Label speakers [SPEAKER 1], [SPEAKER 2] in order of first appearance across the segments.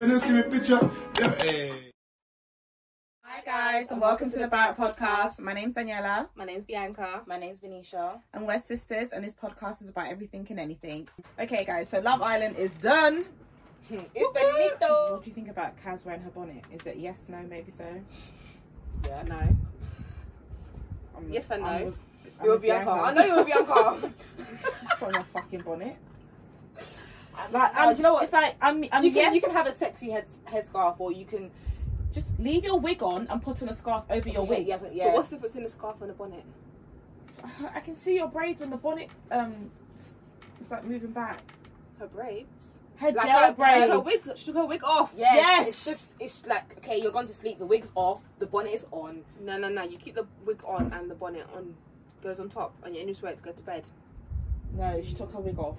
[SPEAKER 1] You don't see me picture. Yeah, eh.
[SPEAKER 2] Hi guys and welcome to the Barrett Podcast. My name's Daniela
[SPEAKER 3] My name's Bianca.
[SPEAKER 4] My name's Venetia.
[SPEAKER 2] and we're sisters and this podcast is about everything and anything. Okay guys, so Love Island is done.
[SPEAKER 4] It's Benito.
[SPEAKER 2] What do you think about Kaz wearing her bonnet? Is it yes, no, maybe so?
[SPEAKER 3] Yeah, no.
[SPEAKER 2] I'm-
[SPEAKER 3] Yes and no.
[SPEAKER 2] I'm with- I'm
[SPEAKER 4] You're
[SPEAKER 2] with
[SPEAKER 4] Bianca. I know you're Bianca.
[SPEAKER 2] Put on your fucking bonnet. Like,
[SPEAKER 3] um,
[SPEAKER 2] I'm-
[SPEAKER 4] Oh, do you know what?
[SPEAKER 2] It's like I'm. I'm
[SPEAKER 4] you can
[SPEAKER 2] yes,
[SPEAKER 4] you can have a sexy head headscarf or you can
[SPEAKER 2] just leave your wig on and put on a scarf over your wig.
[SPEAKER 4] Yeah, yeah.
[SPEAKER 3] But what's the difference in a scarf and a bonnet?
[SPEAKER 2] I can see your braids when the bonnet um, s- it's like moving back.
[SPEAKER 3] Her braids.
[SPEAKER 2] Head
[SPEAKER 4] Like
[SPEAKER 2] gel
[SPEAKER 4] her-
[SPEAKER 2] braids.
[SPEAKER 3] Her wig. She took her wig off.
[SPEAKER 4] yes,
[SPEAKER 2] Yes.
[SPEAKER 4] It's just it's like okay, you're going to sleep. The wig's off. The bonnet is on.
[SPEAKER 3] No, no, no. You keep the wig on and the bonnet on goes on top, and you just wear it to go to bed.
[SPEAKER 2] No, she took her wig off.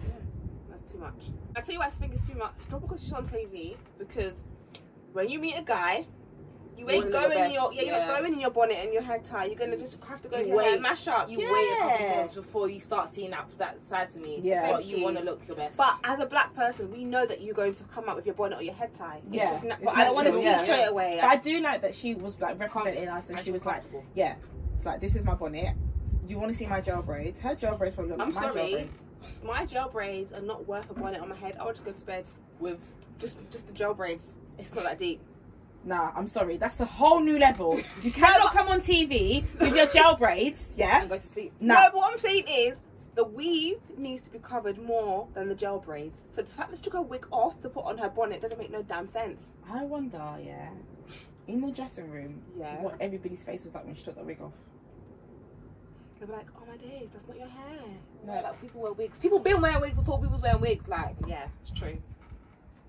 [SPEAKER 3] That's too much. I tell you what I think is too much. It's not because she's on TV. Because when you meet a guy. You
[SPEAKER 4] You
[SPEAKER 3] ain't
[SPEAKER 4] wanna look
[SPEAKER 3] going
[SPEAKER 4] your
[SPEAKER 3] in your
[SPEAKER 4] best,
[SPEAKER 3] yeah, you're not
[SPEAKER 4] yeah.
[SPEAKER 3] going in your bonnet and your hair tie. You're gonna just have to go
[SPEAKER 4] You
[SPEAKER 3] in your hair
[SPEAKER 4] wait.
[SPEAKER 3] mash up.
[SPEAKER 4] You
[SPEAKER 3] yeah.
[SPEAKER 4] wait a couple months before you start seeing that that side to me.
[SPEAKER 2] Yeah.
[SPEAKER 4] but you,
[SPEAKER 3] Thank you.
[SPEAKER 4] want to look your best.
[SPEAKER 3] But as a black person, we know that you're going to come out with your bonnet or your head tie. It's
[SPEAKER 2] Yeah,
[SPEAKER 3] just na-
[SPEAKER 2] it's
[SPEAKER 3] but I don't want to
[SPEAKER 2] natural.
[SPEAKER 3] see
[SPEAKER 2] Yeah.
[SPEAKER 3] it straight away.
[SPEAKER 2] But I do like that she was like representing us, and
[SPEAKER 4] I
[SPEAKER 2] she
[SPEAKER 4] feel
[SPEAKER 2] was like,
[SPEAKER 4] comfortable.
[SPEAKER 2] "Yeah, it's like this is my bonnet. You want to see my gel braids? Her gel braids probably look
[SPEAKER 3] I'm
[SPEAKER 2] like my
[SPEAKER 3] sorry.
[SPEAKER 2] gel braids.
[SPEAKER 3] My gel braids are not worth a bonnet on my head. I would just go to bed with just just the gel braids. It's not that deep.
[SPEAKER 2] Nah, I'm sorry. That's a whole new level. You cannot come on TV with your gel braids. Yeah,
[SPEAKER 4] I'm going to sleep.
[SPEAKER 3] No,
[SPEAKER 2] nah.
[SPEAKER 3] but what I'm saying is the weave needs to be covered more than the gel braids. So the fact that she took her wig off to put on her bonnet doesn't make no damn sense.
[SPEAKER 2] I wonder, yeah, in the dressing room,
[SPEAKER 3] Yeah.
[SPEAKER 2] what everybody's face was like when she took that wig off.
[SPEAKER 3] They'll be like, oh my days, that's not your hair.
[SPEAKER 4] No, like people wear wigs. People been wearing wigs before we was wearing wigs. Like
[SPEAKER 3] Yeah, it's true.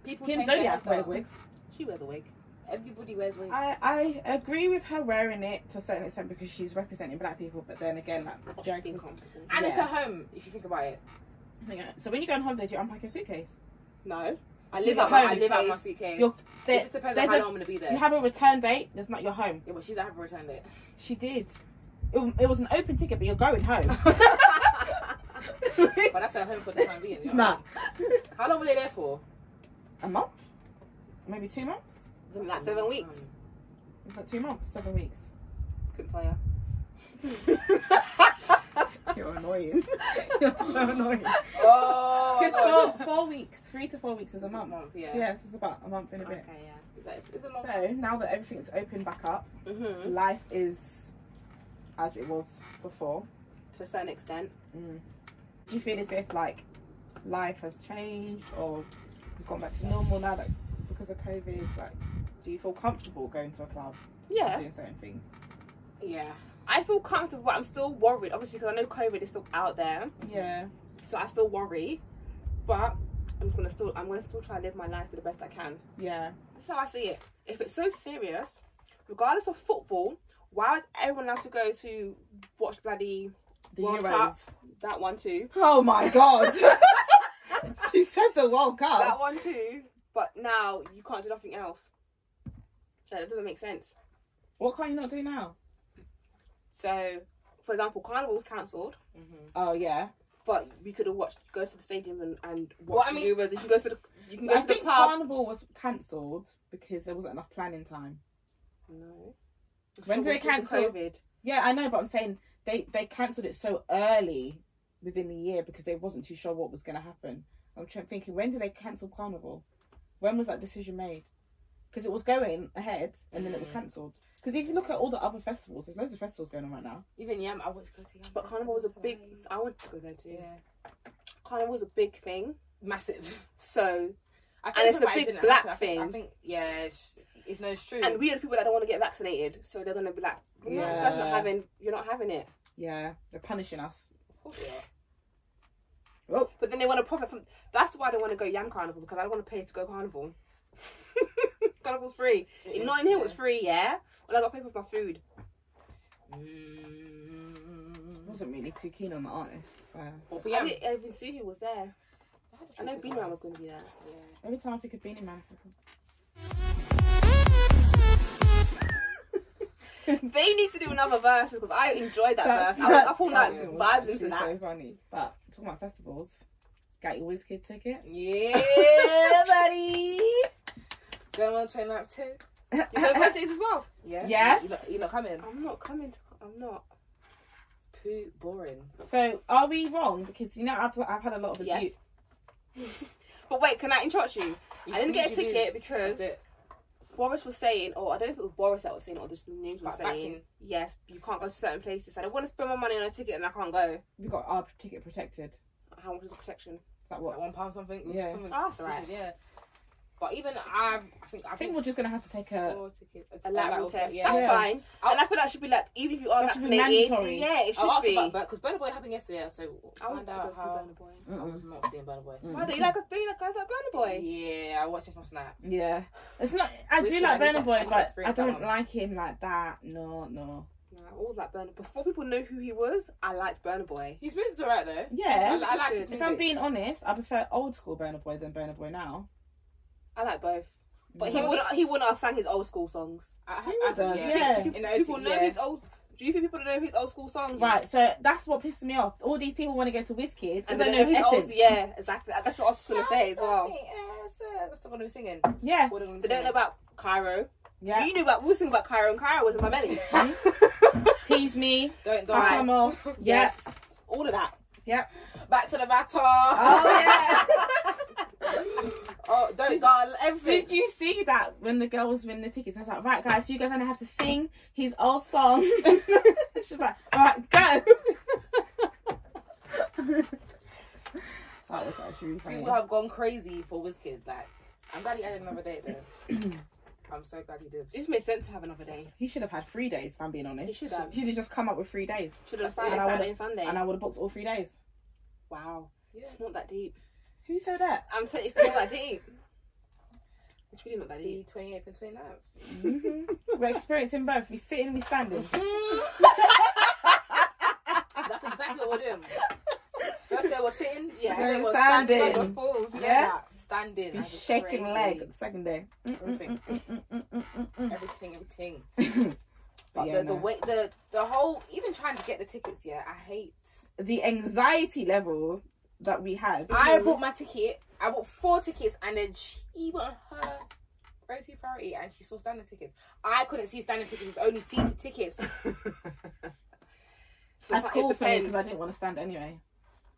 [SPEAKER 4] people
[SPEAKER 2] Kim
[SPEAKER 4] change their
[SPEAKER 2] Zodiac
[SPEAKER 4] hairstyle.
[SPEAKER 2] wear wigs.
[SPEAKER 3] She wears a wig.
[SPEAKER 4] Everybody wears wigs.
[SPEAKER 2] I, I agree with her wearing it to a certain extent because she's representing black people, but then again, like,
[SPEAKER 3] That's just being
[SPEAKER 2] Jericho's-
[SPEAKER 3] comfortable.
[SPEAKER 4] and it's
[SPEAKER 2] yeah.
[SPEAKER 4] at home if you think about it.
[SPEAKER 2] uh, so when you go on holiday, do you unpack your suitcase?
[SPEAKER 3] No.
[SPEAKER 4] I live
[SPEAKER 2] So you're
[SPEAKER 4] out my, I
[SPEAKER 2] home.
[SPEAKER 4] live out my suitcase.
[SPEAKER 2] You're-
[SPEAKER 4] it just depends on
[SPEAKER 2] there's
[SPEAKER 4] how
[SPEAKER 2] a-
[SPEAKER 4] long I'm gonna be there.
[SPEAKER 2] You have a return date. That's not your home.
[SPEAKER 4] yeah, but she's not having returned it.
[SPEAKER 2] She did. It, it was an open ticket, but you're going home.
[SPEAKER 4] But that's her home for the time being. You know?
[SPEAKER 2] nah,
[SPEAKER 4] How long were they there for?
[SPEAKER 2] a month, maybe two months.
[SPEAKER 4] Something
[SPEAKER 3] like seven weeks.
[SPEAKER 2] It's like two months, seven weeks.
[SPEAKER 4] Couldn't tell you.
[SPEAKER 2] You're annoying. you're so annoying.
[SPEAKER 4] Oh,
[SPEAKER 2] Because four, four weeks, three to four weeks is a
[SPEAKER 4] It's a
[SPEAKER 2] month.
[SPEAKER 4] month, yeah.
[SPEAKER 2] So yeah, it's about a month in a
[SPEAKER 3] Okay,
[SPEAKER 2] bit.
[SPEAKER 3] yeah.
[SPEAKER 4] It's, like, it's a long
[SPEAKER 2] So now that everything's opened back up,
[SPEAKER 3] Mm-hmm.
[SPEAKER 2] life is as it was before.
[SPEAKER 3] To a certain extent.
[SPEAKER 2] Mm. Do you feel as if like life has changed or you've gone back to normal now that because of COVID? Like, do you feel comfortable going to a club
[SPEAKER 3] Yeah.
[SPEAKER 2] and doing certain things?
[SPEAKER 4] Yeah.
[SPEAKER 3] I feel comfortable, but I'm still worried. Obviously, because I know COVID is still out there,
[SPEAKER 2] Yeah,
[SPEAKER 3] so I still worry. But I'm just gonna still, I'm gonna still try and live my life to the best I can.
[SPEAKER 2] yeah.
[SPEAKER 3] That's how I see it. If it's so serious, regardless of football, why would everyone have to go to watch bloody
[SPEAKER 2] The
[SPEAKER 3] World
[SPEAKER 2] Euros.
[SPEAKER 3] Cup? that one too,
[SPEAKER 2] Oh my god. she said the World
[SPEAKER 3] that one too? But now you can't do nothing else. So that doesn't make sense.
[SPEAKER 2] What can you not do now?
[SPEAKER 3] So, for example, Carnival was cancelled.
[SPEAKER 2] Oh yeah.
[SPEAKER 3] But we could have watched, go to the stadium and, and watch
[SPEAKER 4] Well, I
[SPEAKER 3] the
[SPEAKER 4] mean-
[SPEAKER 3] Euros. You can go to the, you can go
[SPEAKER 2] I
[SPEAKER 3] to the
[SPEAKER 2] think
[SPEAKER 3] pub.
[SPEAKER 2] Carnival was cancelled because there wasn't enough planning time.
[SPEAKER 3] No.
[SPEAKER 2] When did they
[SPEAKER 3] Because of
[SPEAKER 2] cancel?
[SPEAKER 3] COVID.
[SPEAKER 2] Yeah, I know, but I'm saying they they cancelled it so early within the year because they wasn't too sure what was going to happen. I'm trying, thinking when did they cancel Carnival? When was that decision made? Because it was going ahead and then it was cancelled. Because if you look at all the other festivals, there's loads of festivals going on right now.
[SPEAKER 4] Even Yam, I was go to Yam.
[SPEAKER 3] But Carnival was a big. I wanted to go there too.
[SPEAKER 4] Yeah.
[SPEAKER 3] Carnival was a big thing.
[SPEAKER 4] Massive.
[SPEAKER 3] So,
[SPEAKER 4] I
[SPEAKER 3] And it's a
[SPEAKER 4] somebody
[SPEAKER 3] big
[SPEAKER 4] didn't
[SPEAKER 3] black
[SPEAKER 4] happen. I think,
[SPEAKER 3] thing.
[SPEAKER 4] I think, yeah, it's, it's no, it's true.
[SPEAKER 3] and we are the people that don't want to get vaccinated, so they're gonna be like, no,
[SPEAKER 2] Yeah.
[SPEAKER 3] that's not having. You're not having it.
[SPEAKER 2] Yeah, they're punishing us.
[SPEAKER 4] Of course we are.
[SPEAKER 3] But then they want to profit from. That's why I don't want to go Yam Carnival because I don't want to pay to go Carnival. Carnival's free.
[SPEAKER 4] It
[SPEAKER 3] in Notting
[SPEAKER 4] is,
[SPEAKER 3] Hill, it's free. Yeah, but I got to pay for my food.
[SPEAKER 4] yeah. Mm.
[SPEAKER 2] I wasn't really too keen on the artist. So.
[SPEAKER 4] Well, for
[SPEAKER 3] I
[SPEAKER 4] Yam,
[SPEAKER 3] didn't even see who was there. I know Beano was gonna be there.
[SPEAKER 4] Yeah.
[SPEAKER 2] Every time I think of Beanie Man, I think of-
[SPEAKER 3] They need to do another verse because I enjoyed that,
[SPEAKER 2] That's-
[SPEAKER 3] verse. I was
[SPEAKER 2] that's-
[SPEAKER 3] up all
[SPEAKER 2] that
[SPEAKER 3] night
[SPEAKER 2] was
[SPEAKER 3] vibes into
[SPEAKER 2] actually
[SPEAKER 3] that.
[SPEAKER 2] So funny. But talking about festivals, got your WizKid ticket.
[SPEAKER 4] Yeah, buddy. Going on ten laps here.
[SPEAKER 3] You go birthdays as well.
[SPEAKER 4] Yeah.
[SPEAKER 2] Yes.
[SPEAKER 4] You not, you not coming?
[SPEAKER 3] I'm not coming. To, I'm not.
[SPEAKER 4] Poo boring.
[SPEAKER 2] So are we wrong? Because you know I've I've had a lot of
[SPEAKER 4] Yes.
[SPEAKER 2] abuse.
[SPEAKER 3] But wait, can I interrupt you?
[SPEAKER 4] You
[SPEAKER 3] I didn't get a
[SPEAKER 4] snoozy
[SPEAKER 3] ticket
[SPEAKER 4] booze.
[SPEAKER 3] because-
[SPEAKER 4] That's it.
[SPEAKER 3] Boris was saying, or I don't know if it was Boris that was saying, or just the news was
[SPEAKER 4] Like back
[SPEAKER 3] saying,
[SPEAKER 4] in-
[SPEAKER 3] yes, you can't go to certain places. I don't want to spend my money on a ticket and I can't go.
[SPEAKER 2] We got our ticket protected. Is
[SPEAKER 3] How much is the protection?
[SPEAKER 2] that
[SPEAKER 4] What
[SPEAKER 2] what?
[SPEAKER 4] one pound something?
[SPEAKER 2] Yeah.
[SPEAKER 4] Something
[SPEAKER 3] Oh, that's
[SPEAKER 4] stupid,
[SPEAKER 3] right.
[SPEAKER 4] Yeah. But even I, I think I,
[SPEAKER 2] I think we're just gonna have to take a.
[SPEAKER 4] four tickets.
[SPEAKER 3] A lateral test.
[SPEAKER 4] Yeah.
[SPEAKER 3] That's
[SPEAKER 2] Yeah.
[SPEAKER 3] fine. And I feel that should be like, even if you are
[SPEAKER 2] That should be
[SPEAKER 3] vaccinated,
[SPEAKER 2] mandatory.
[SPEAKER 3] yeah, it should
[SPEAKER 4] I asked
[SPEAKER 3] be.
[SPEAKER 4] about because Burner Boy happened yesterday, so we'll
[SPEAKER 3] I wanted
[SPEAKER 4] find
[SPEAKER 3] to go
[SPEAKER 4] out
[SPEAKER 3] see
[SPEAKER 4] how.
[SPEAKER 3] Burner Boy.
[SPEAKER 4] I was
[SPEAKER 2] Mm-mm.
[SPEAKER 4] not seeing Burner Boy.
[SPEAKER 3] Why do you like us? Do you like us like Burner Boy?
[SPEAKER 4] Yeah, I watched him from Snap.
[SPEAKER 2] Yeah, it's not. I
[SPEAKER 4] We
[SPEAKER 2] do
[SPEAKER 4] can-
[SPEAKER 2] like
[SPEAKER 4] I need
[SPEAKER 2] Burner
[SPEAKER 4] to- I
[SPEAKER 2] Boy,
[SPEAKER 4] need to
[SPEAKER 2] but I
[SPEAKER 4] experience that
[SPEAKER 2] don't
[SPEAKER 4] one.
[SPEAKER 2] like him like that. No, no.
[SPEAKER 3] No, I always like Burner. Before people knew who he was, I liked Burner Boy.
[SPEAKER 4] His music's alright though.
[SPEAKER 2] Yeah.
[SPEAKER 4] I, I like his
[SPEAKER 2] If I'm
[SPEAKER 4] music.
[SPEAKER 2] being honest, I prefer old school Burner Boy than Burner Boy now.
[SPEAKER 3] I like both, but he
[SPEAKER 2] So-
[SPEAKER 3] would he wouldn't have sang his old school songs.
[SPEAKER 4] I,
[SPEAKER 2] He
[SPEAKER 4] I, I,
[SPEAKER 2] does,
[SPEAKER 4] yeah.
[SPEAKER 2] yeah.
[SPEAKER 4] In the
[SPEAKER 3] people
[SPEAKER 4] OC,
[SPEAKER 3] know
[SPEAKER 4] yeah.
[SPEAKER 3] his old. Do you think people know his old school songs?
[SPEAKER 2] Right, so that's what pisses me off. All these people want to go to WizKid,
[SPEAKER 3] And
[SPEAKER 2] and they
[SPEAKER 3] then
[SPEAKER 2] know his
[SPEAKER 3] his old,
[SPEAKER 2] essence.
[SPEAKER 3] yeah, exactly. That's what I was just gonna say as well.
[SPEAKER 4] Yes, uh, That's the one who's singing.
[SPEAKER 2] yeah,
[SPEAKER 4] What did
[SPEAKER 3] They don't know about Cairo.
[SPEAKER 2] yeah.
[SPEAKER 3] You knew about we were singing about Cairo, and Cairo was in my belly.
[SPEAKER 2] Tease me,
[SPEAKER 4] Don't
[SPEAKER 2] I'll
[SPEAKER 4] die.
[SPEAKER 2] come off.
[SPEAKER 3] yes, all of that.
[SPEAKER 2] Yep.
[SPEAKER 4] Back to the matter.
[SPEAKER 2] Oh
[SPEAKER 4] oh, don't die. Everything.
[SPEAKER 2] Did you see that when the girl was winning the tickets? I was like, right, guys, you guys are gonna have to sing his old song. She's like, all right, go. that was actually really funny.
[SPEAKER 4] People have gone crazy for WizKid. Like, I'm glad he added another date though. I'm so glad he did.
[SPEAKER 3] It just made sense to have another day.
[SPEAKER 2] He should have had three days, if I'm being honest.
[SPEAKER 4] He should have.
[SPEAKER 2] He should have just come up with three days,
[SPEAKER 3] Should have
[SPEAKER 4] That's
[SPEAKER 3] Saturday,
[SPEAKER 2] fine.
[SPEAKER 3] Saturday, and Sunday.
[SPEAKER 2] and I would have booked all three days.
[SPEAKER 3] Wow,
[SPEAKER 4] Yeah.
[SPEAKER 3] it's not that deep.
[SPEAKER 2] Who said that?
[SPEAKER 3] I'm saying it's not that deep. It's really not that
[SPEAKER 4] See Mm-hmm.
[SPEAKER 3] deep.
[SPEAKER 4] 28th and 29th.
[SPEAKER 2] We're experiencing both. We sitting, we standing.
[SPEAKER 4] That's exactly what we're doing. First day we're sitting.
[SPEAKER 3] Yeah.
[SPEAKER 4] second day we're
[SPEAKER 2] Standing.
[SPEAKER 4] standing.
[SPEAKER 2] Standing.
[SPEAKER 3] fools.
[SPEAKER 2] you know Yeah.
[SPEAKER 4] Standing.
[SPEAKER 2] Be
[SPEAKER 4] That's just
[SPEAKER 2] shaking
[SPEAKER 4] crazy.
[SPEAKER 2] leg. Second day. Mm,
[SPEAKER 4] Everything.
[SPEAKER 2] Mm-mm-mm-mm-mm-mm-mm.
[SPEAKER 4] Everything, everything.
[SPEAKER 2] But
[SPEAKER 4] But
[SPEAKER 2] yeah,
[SPEAKER 4] the, the
[SPEAKER 2] no.
[SPEAKER 4] way the the whole even trying to get the tickets, yeah, I hate.
[SPEAKER 2] the anxiety level that we had.
[SPEAKER 4] I bought my ticket. I bought four tickets, and then she went on her priority priority, and she saw standing tickets. I couldn't see standing tickets; it was only seated tickets.
[SPEAKER 3] So it's
[SPEAKER 2] That's
[SPEAKER 3] like,
[SPEAKER 2] cool
[SPEAKER 3] it
[SPEAKER 2] for me
[SPEAKER 3] depends.
[SPEAKER 2] because I didn't want to stand anyway.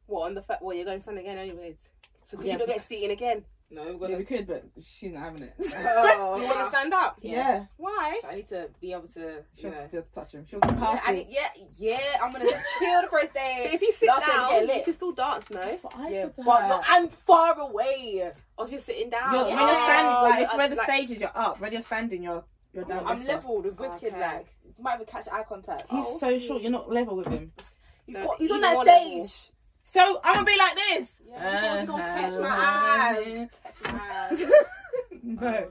[SPEAKER 3] What on the fact? Well, you're going to stand again anyways. So could
[SPEAKER 2] Yeah,
[SPEAKER 3] you not get
[SPEAKER 2] because-
[SPEAKER 3] seating again?
[SPEAKER 4] No, we're
[SPEAKER 2] Yeah,
[SPEAKER 4] gonna.
[SPEAKER 2] we could, but she's not having it.
[SPEAKER 4] Oh,
[SPEAKER 3] You want to
[SPEAKER 4] wow.
[SPEAKER 3] stand up?
[SPEAKER 2] yeah,
[SPEAKER 4] Why? I need to be able to.
[SPEAKER 2] she
[SPEAKER 4] You
[SPEAKER 2] was
[SPEAKER 4] know.
[SPEAKER 2] to touch him. She was a
[SPEAKER 4] Yeah, I need-
[SPEAKER 2] party.
[SPEAKER 4] yeah, yeah, I'm gonna chill the first
[SPEAKER 3] But
[SPEAKER 4] day.
[SPEAKER 3] if you sit
[SPEAKER 4] Last time you
[SPEAKER 3] down,
[SPEAKER 4] get
[SPEAKER 3] you,
[SPEAKER 4] lit.
[SPEAKER 3] can still dance, no?
[SPEAKER 2] That's what I
[SPEAKER 4] Yeah,
[SPEAKER 2] said to
[SPEAKER 4] but
[SPEAKER 2] her.
[SPEAKER 4] no, I'm far away.
[SPEAKER 3] Or if you're sitting down,
[SPEAKER 2] You're-
[SPEAKER 4] yeah.
[SPEAKER 2] When you're standing,
[SPEAKER 3] Oh,
[SPEAKER 2] like
[SPEAKER 3] you
[SPEAKER 2] if
[SPEAKER 3] are,
[SPEAKER 2] where the
[SPEAKER 3] like-
[SPEAKER 2] stage is, you're up. When you're standing, you're you're down.
[SPEAKER 4] I'm
[SPEAKER 2] next to her.
[SPEAKER 4] level with WizKid,
[SPEAKER 3] Okay.
[SPEAKER 4] like you might even catch eye contact.
[SPEAKER 2] He's
[SPEAKER 3] Oh,
[SPEAKER 2] so short. You're not level with him.
[SPEAKER 4] He's,
[SPEAKER 3] No,
[SPEAKER 4] got, he's
[SPEAKER 3] he's
[SPEAKER 4] on that
[SPEAKER 3] more level.
[SPEAKER 4] stage.
[SPEAKER 2] So I'm gonna be like this. Uh-huh.
[SPEAKER 4] Yeah, you gonna- you gonna Catch my eyes. Oh,
[SPEAKER 2] no,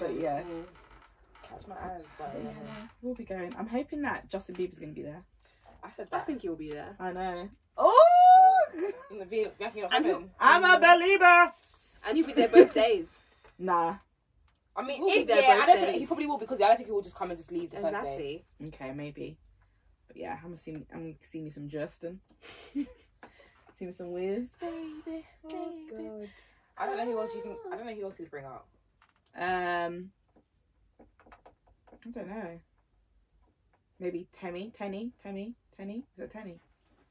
[SPEAKER 2] but yeah.
[SPEAKER 4] Catch my eyes, but yeah.
[SPEAKER 2] We'll be going. I'm hoping that Justin Bieber's gonna be there.
[SPEAKER 4] I said
[SPEAKER 3] I
[SPEAKER 4] that.
[SPEAKER 3] think you'll be there.
[SPEAKER 2] I know. Oh,
[SPEAKER 4] In the video, back in your
[SPEAKER 3] And who-
[SPEAKER 4] heaven.
[SPEAKER 2] I'm a believer.
[SPEAKER 3] And you'll be there both days.
[SPEAKER 2] Nah.
[SPEAKER 4] I mean,
[SPEAKER 3] We'll be
[SPEAKER 4] if,
[SPEAKER 3] there
[SPEAKER 4] yeah,
[SPEAKER 3] both
[SPEAKER 4] I don't think
[SPEAKER 3] days.
[SPEAKER 4] he probably will because I don't think he will just come and just leave the first day.
[SPEAKER 3] exactly.
[SPEAKER 2] Okay, maybe. But yeah, I'm gonna see. I'm gonna see me some Justin. see me some Wiz.
[SPEAKER 4] Baby,
[SPEAKER 3] Oh,
[SPEAKER 4] baby. I don't know who else you can.
[SPEAKER 3] Ah.
[SPEAKER 4] I don't know who else you bring up.
[SPEAKER 2] Um, I don't know. Maybe Tammy, Tenny, Tammy, Tenny. Is it Tenny?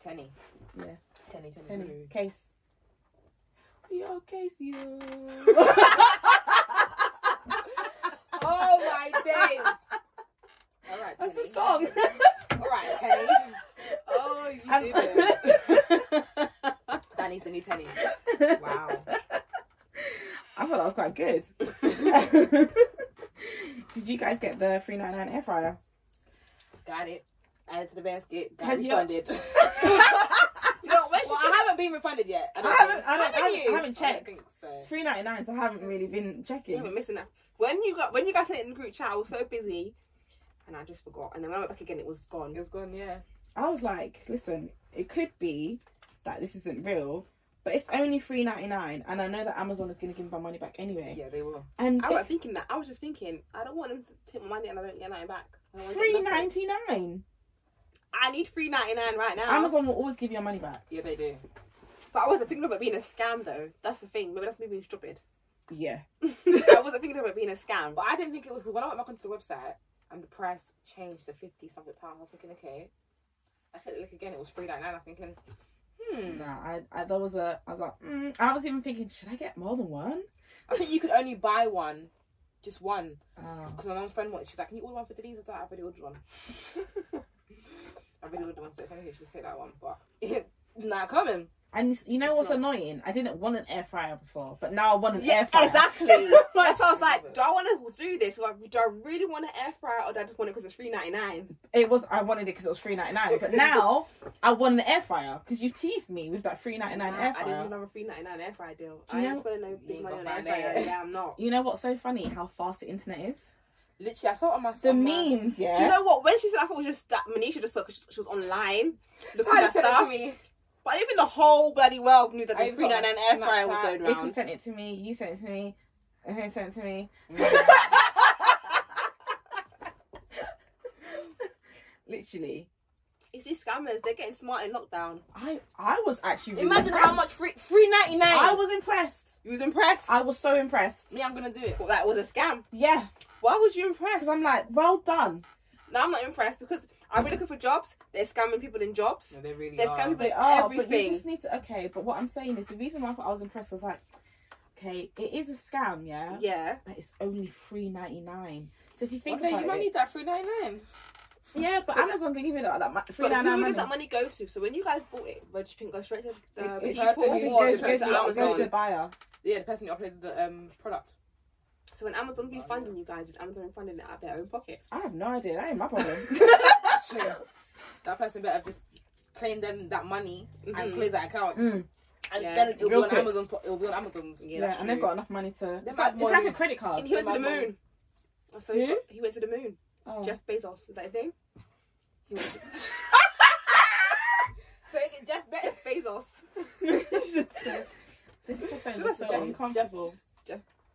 [SPEAKER 4] Tenny.
[SPEAKER 2] Yeah.
[SPEAKER 4] Tenny. Tenny.
[SPEAKER 2] Tenny. Case. Yo, case you.
[SPEAKER 4] Oh my days. All right.
[SPEAKER 2] That's
[SPEAKER 4] Tenny.
[SPEAKER 2] the song.
[SPEAKER 4] All right, Tenny.
[SPEAKER 3] Oh, you
[SPEAKER 2] And-
[SPEAKER 3] did it.
[SPEAKER 4] Danny's the new Tenny. Wow.
[SPEAKER 2] I thought that was quite good. Did you guys get the 399 air fryer?
[SPEAKER 4] Got it. Added to the basket. Got
[SPEAKER 2] Has you-
[SPEAKER 4] refunded.
[SPEAKER 3] You know, when she
[SPEAKER 4] well,
[SPEAKER 3] said-
[SPEAKER 4] I haven't been refunded yet. I, don't
[SPEAKER 2] I haven't-
[SPEAKER 4] think.
[SPEAKER 2] I don't- I
[SPEAKER 4] Haven't
[SPEAKER 2] haven't-
[SPEAKER 4] you?
[SPEAKER 2] I haven't
[SPEAKER 4] I
[SPEAKER 2] checked.
[SPEAKER 4] don't think so.
[SPEAKER 2] It's 399, so I haven't really been
[SPEAKER 3] You
[SPEAKER 2] checking.
[SPEAKER 3] haven't missing that. When you got when you guys sent it in the group chat, I was so busy, and I just forgot. And then when I went back again, it was gone.
[SPEAKER 4] It was gone, yeah.
[SPEAKER 2] I was like, listen, it could be that this isn't real, but it's only three ninety nine, and I know that Amazon is going to give my money back anyway.
[SPEAKER 4] Yeah, they will.
[SPEAKER 2] And
[SPEAKER 3] I wasn't thinking that. I was just thinking, I don't want them to take my money and I don't get nothing back. I don't wanna get
[SPEAKER 2] three
[SPEAKER 3] nothing.
[SPEAKER 2] ninety nine,
[SPEAKER 3] I need three ninety nine right now.
[SPEAKER 2] Amazon will always give you your money back.
[SPEAKER 4] Yeah, they do.
[SPEAKER 3] But I wasn't thinking about being a scam though. That's the thing. Maybe that's me being stupid.
[SPEAKER 2] Yeah.
[SPEAKER 3] I wasn't thinking about it being a scam.
[SPEAKER 4] But I didn't think it was because when I went back onto the website and the price changed to fifty something pounds, I was thinking, okay. I took a look again, it was three ninety nine, I'm thinking, hmm.
[SPEAKER 2] Nah, I, I there was a I was like, mm, I was even thinking, should I get more than one?
[SPEAKER 4] I think you could only buy one. Just one.
[SPEAKER 2] Oh.
[SPEAKER 4] Because my mum's friend wants she's like, Can you order one for Denise? I was like, I've already ordered one. I've already ordered one, so if anything, she'll take that one. But not coming.
[SPEAKER 2] And you s- you know
[SPEAKER 4] It's
[SPEAKER 2] what's
[SPEAKER 4] not-
[SPEAKER 2] annoying? I didn't want an air fryer before, but now I want an
[SPEAKER 3] Yeah,
[SPEAKER 2] air fryer.
[SPEAKER 3] exactly. That's why I was like, do I want to do this? Do I, do I really want to air fryer or do I just want it because it's three ninety nine?
[SPEAKER 2] It was I wanted it because it was three ninety nine, but now I want an air fryer because you teased me with that three ninety nine air
[SPEAKER 3] I didn't
[SPEAKER 2] fryer.
[SPEAKER 3] want another three ninety nine air fryer deal.
[SPEAKER 2] Do
[SPEAKER 3] I
[SPEAKER 2] you
[SPEAKER 3] ain't
[SPEAKER 2] know-
[SPEAKER 3] spending no big
[SPEAKER 4] ain't
[SPEAKER 3] money
[SPEAKER 4] got
[SPEAKER 3] on air
[SPEAKER 4] finance.
[SPEAKER 3] fryer. Yeah, I'm not.
[SPEAKER 2] You know what's so funny? How fast the internet is.
[SPEAKER 4] Literally, I saw it on my
[SPEAKER 2] The
[SPEAKER 4] on my-
[SPEAKER 2] memes, yeah.
[SPEAKER 3] Oh, Do you know what? When she said, I thought it was just that Manisha just saw because she was online looking
[SPEAKER 4] Tyler
[SPEAKER 3] at
[SPEAKER 4] sent it to
[SPEAKER 3] stuff.
[SPEAKER 4] me.
[SPEAKER 3] But even the whole bloody world knew that
[SPEAKER 4] I
[SPEAKER 3] the
[SPEAKER 4] even
[SPEAKER 3] three
[SPEAKER 4] saw it
[SPEAKER 3] ninety
[SPEAKER 4] on
[SPEAKER 3] nine air fryer was
[SPEAKER 4] Snapchat.
[SPEAKER 3] going
[SPEAKER 2] April
[SPEAKER 3] around.
[SPEAKER 2] sent it to me. You sent it to me. And he sent it to me. Literally,
[SPEAKER 3] It's these scammers. They're getting smart in lockdown.
[SPEAKER 2] I I was actually really
[SPEAKER 4] Imagine how
[SPEAKER 2] impressed.
[SPEAKER 4] much free three ninety nine.
[SPEAKER 2] I was impressed.
[SPEAKER 3] You was impressed.
[SPEAKER 2] I was so impressed.
[SPEAKER 4] me. I'm gonna do it.
[SPEAKER 3] Well, that was a scam.
[SPEAKER 2] Yeah,
[SPEAKER 3] Why was you impressed?
[SPEAKER 2] because I'm like, well done.
[SPEAKER 3] no, I'm not impressed because I've been looking for jobs. They're scamming people in jobs.
[SPEAKER 4] No, they really
[SPEAKER 3] There's
[SPEAKER 4] are.
[SPEAKER 3] gonna be-
[SPEAKER 2] They are, but you
[SPEAKER 3] Everything.
[SPEAKER 2] just need to. Okay, but what I'm saying is the reason why I thought I was impressed was like, okay, it is a scam, yeah,
[SPEAKER 3] Yeah.
[SPEAKER 2] but it's only three ninety nine. So if you think
[SPEAKER 4] Okay,
[SPEAKER 2] about
[SPEAKER 4] you might
[SPEAKER 2] it,
[SPEAKER 4] need that three ninety nine.
[SPEAKER 2] yeah, but
[SPEAKER 3] But-
[SPEAKER 2] Amazon can give you that like three
[SPEAKER 3] But who
[SPEAKER 2] ninety nine
[SPEAKER 3] does that money go to? So when you guys bought it, where do you think go straight to uh, the
[SPEAKER 4] It- it's
[SPEAKER 3] people
[SPEAKER 4] person who
[SPEAKER 3] or
[SPEAKER 4] bought it
[SPEAKER 2] goes,
[SPEAKER 4] goes
[SPEAKER 2] goes,
[SPEAKER 4] to
[SPEAKER 3] straight
[SPEAKER 2] to, goes
[SPEAKER 4] Amazon.
[SPEAKER 2] to the buyer.
[SPEAKER 4] Yeah, the person who uploaded the um product.
[SPEAKER 3] So when Amazon be funding you guys, is Amazon funding it out of their own pocket?
[SPEAKER 2] I have no idea. That ain't my problem.
[SPEAKER 4] That person better have just claimed them that money and
[SPEAKER 3] Mhm.
[SPEAKER 4] closed that account,
[SPEAKER 2] Mm.
[SPEAKER 4] and
[SPEAKER 3] Yeah.
[SPEAKER 4] then it'll be
[SPEAKER 2] Real
[SPEAKER 4] on
[SPEAKER 2] quick.
[SPEAKER 4] Amazon. po- It'll be on Amazon's.
[SPEAKER 2] yeah,
[SPEAKER 3] Yeah, that's
[SPEAKER 2] and they've
[SPEAKER 3] true.
[SPEAKER 2] got enough money to. It's
[SPEAKER 4] might
[SPEAKER 2] like,
[SPEAKER 4] have
[SPEAKER 2] it's
[SPEAKER 4] more
[SPEAKER 2] like a
[SPEAKER 4] than-
[SPEAKER 2] credit card.
[SPEAKER 3] And he went to the
[SPEAKER 4] my mum.
[SPEAKER 3] moon. So he's
[SPEAKER 2] Who?
[SPEAKER 3] got- he went to the moon.
[SPEAKER 2] Oh.
[SPEAKER 3] Jeff Bezos is that his name? He went to-
[SPEAKER 4] So Jeff, Be-
[SPEAKER 3] Jeff Bezos.
[SPEAKER 2] This phone
[SPEAKER 3] Should I
[SPEAKER 2] is so
[SPEAKER 3] suggest-
[SPEAKER 2] uncomfortable.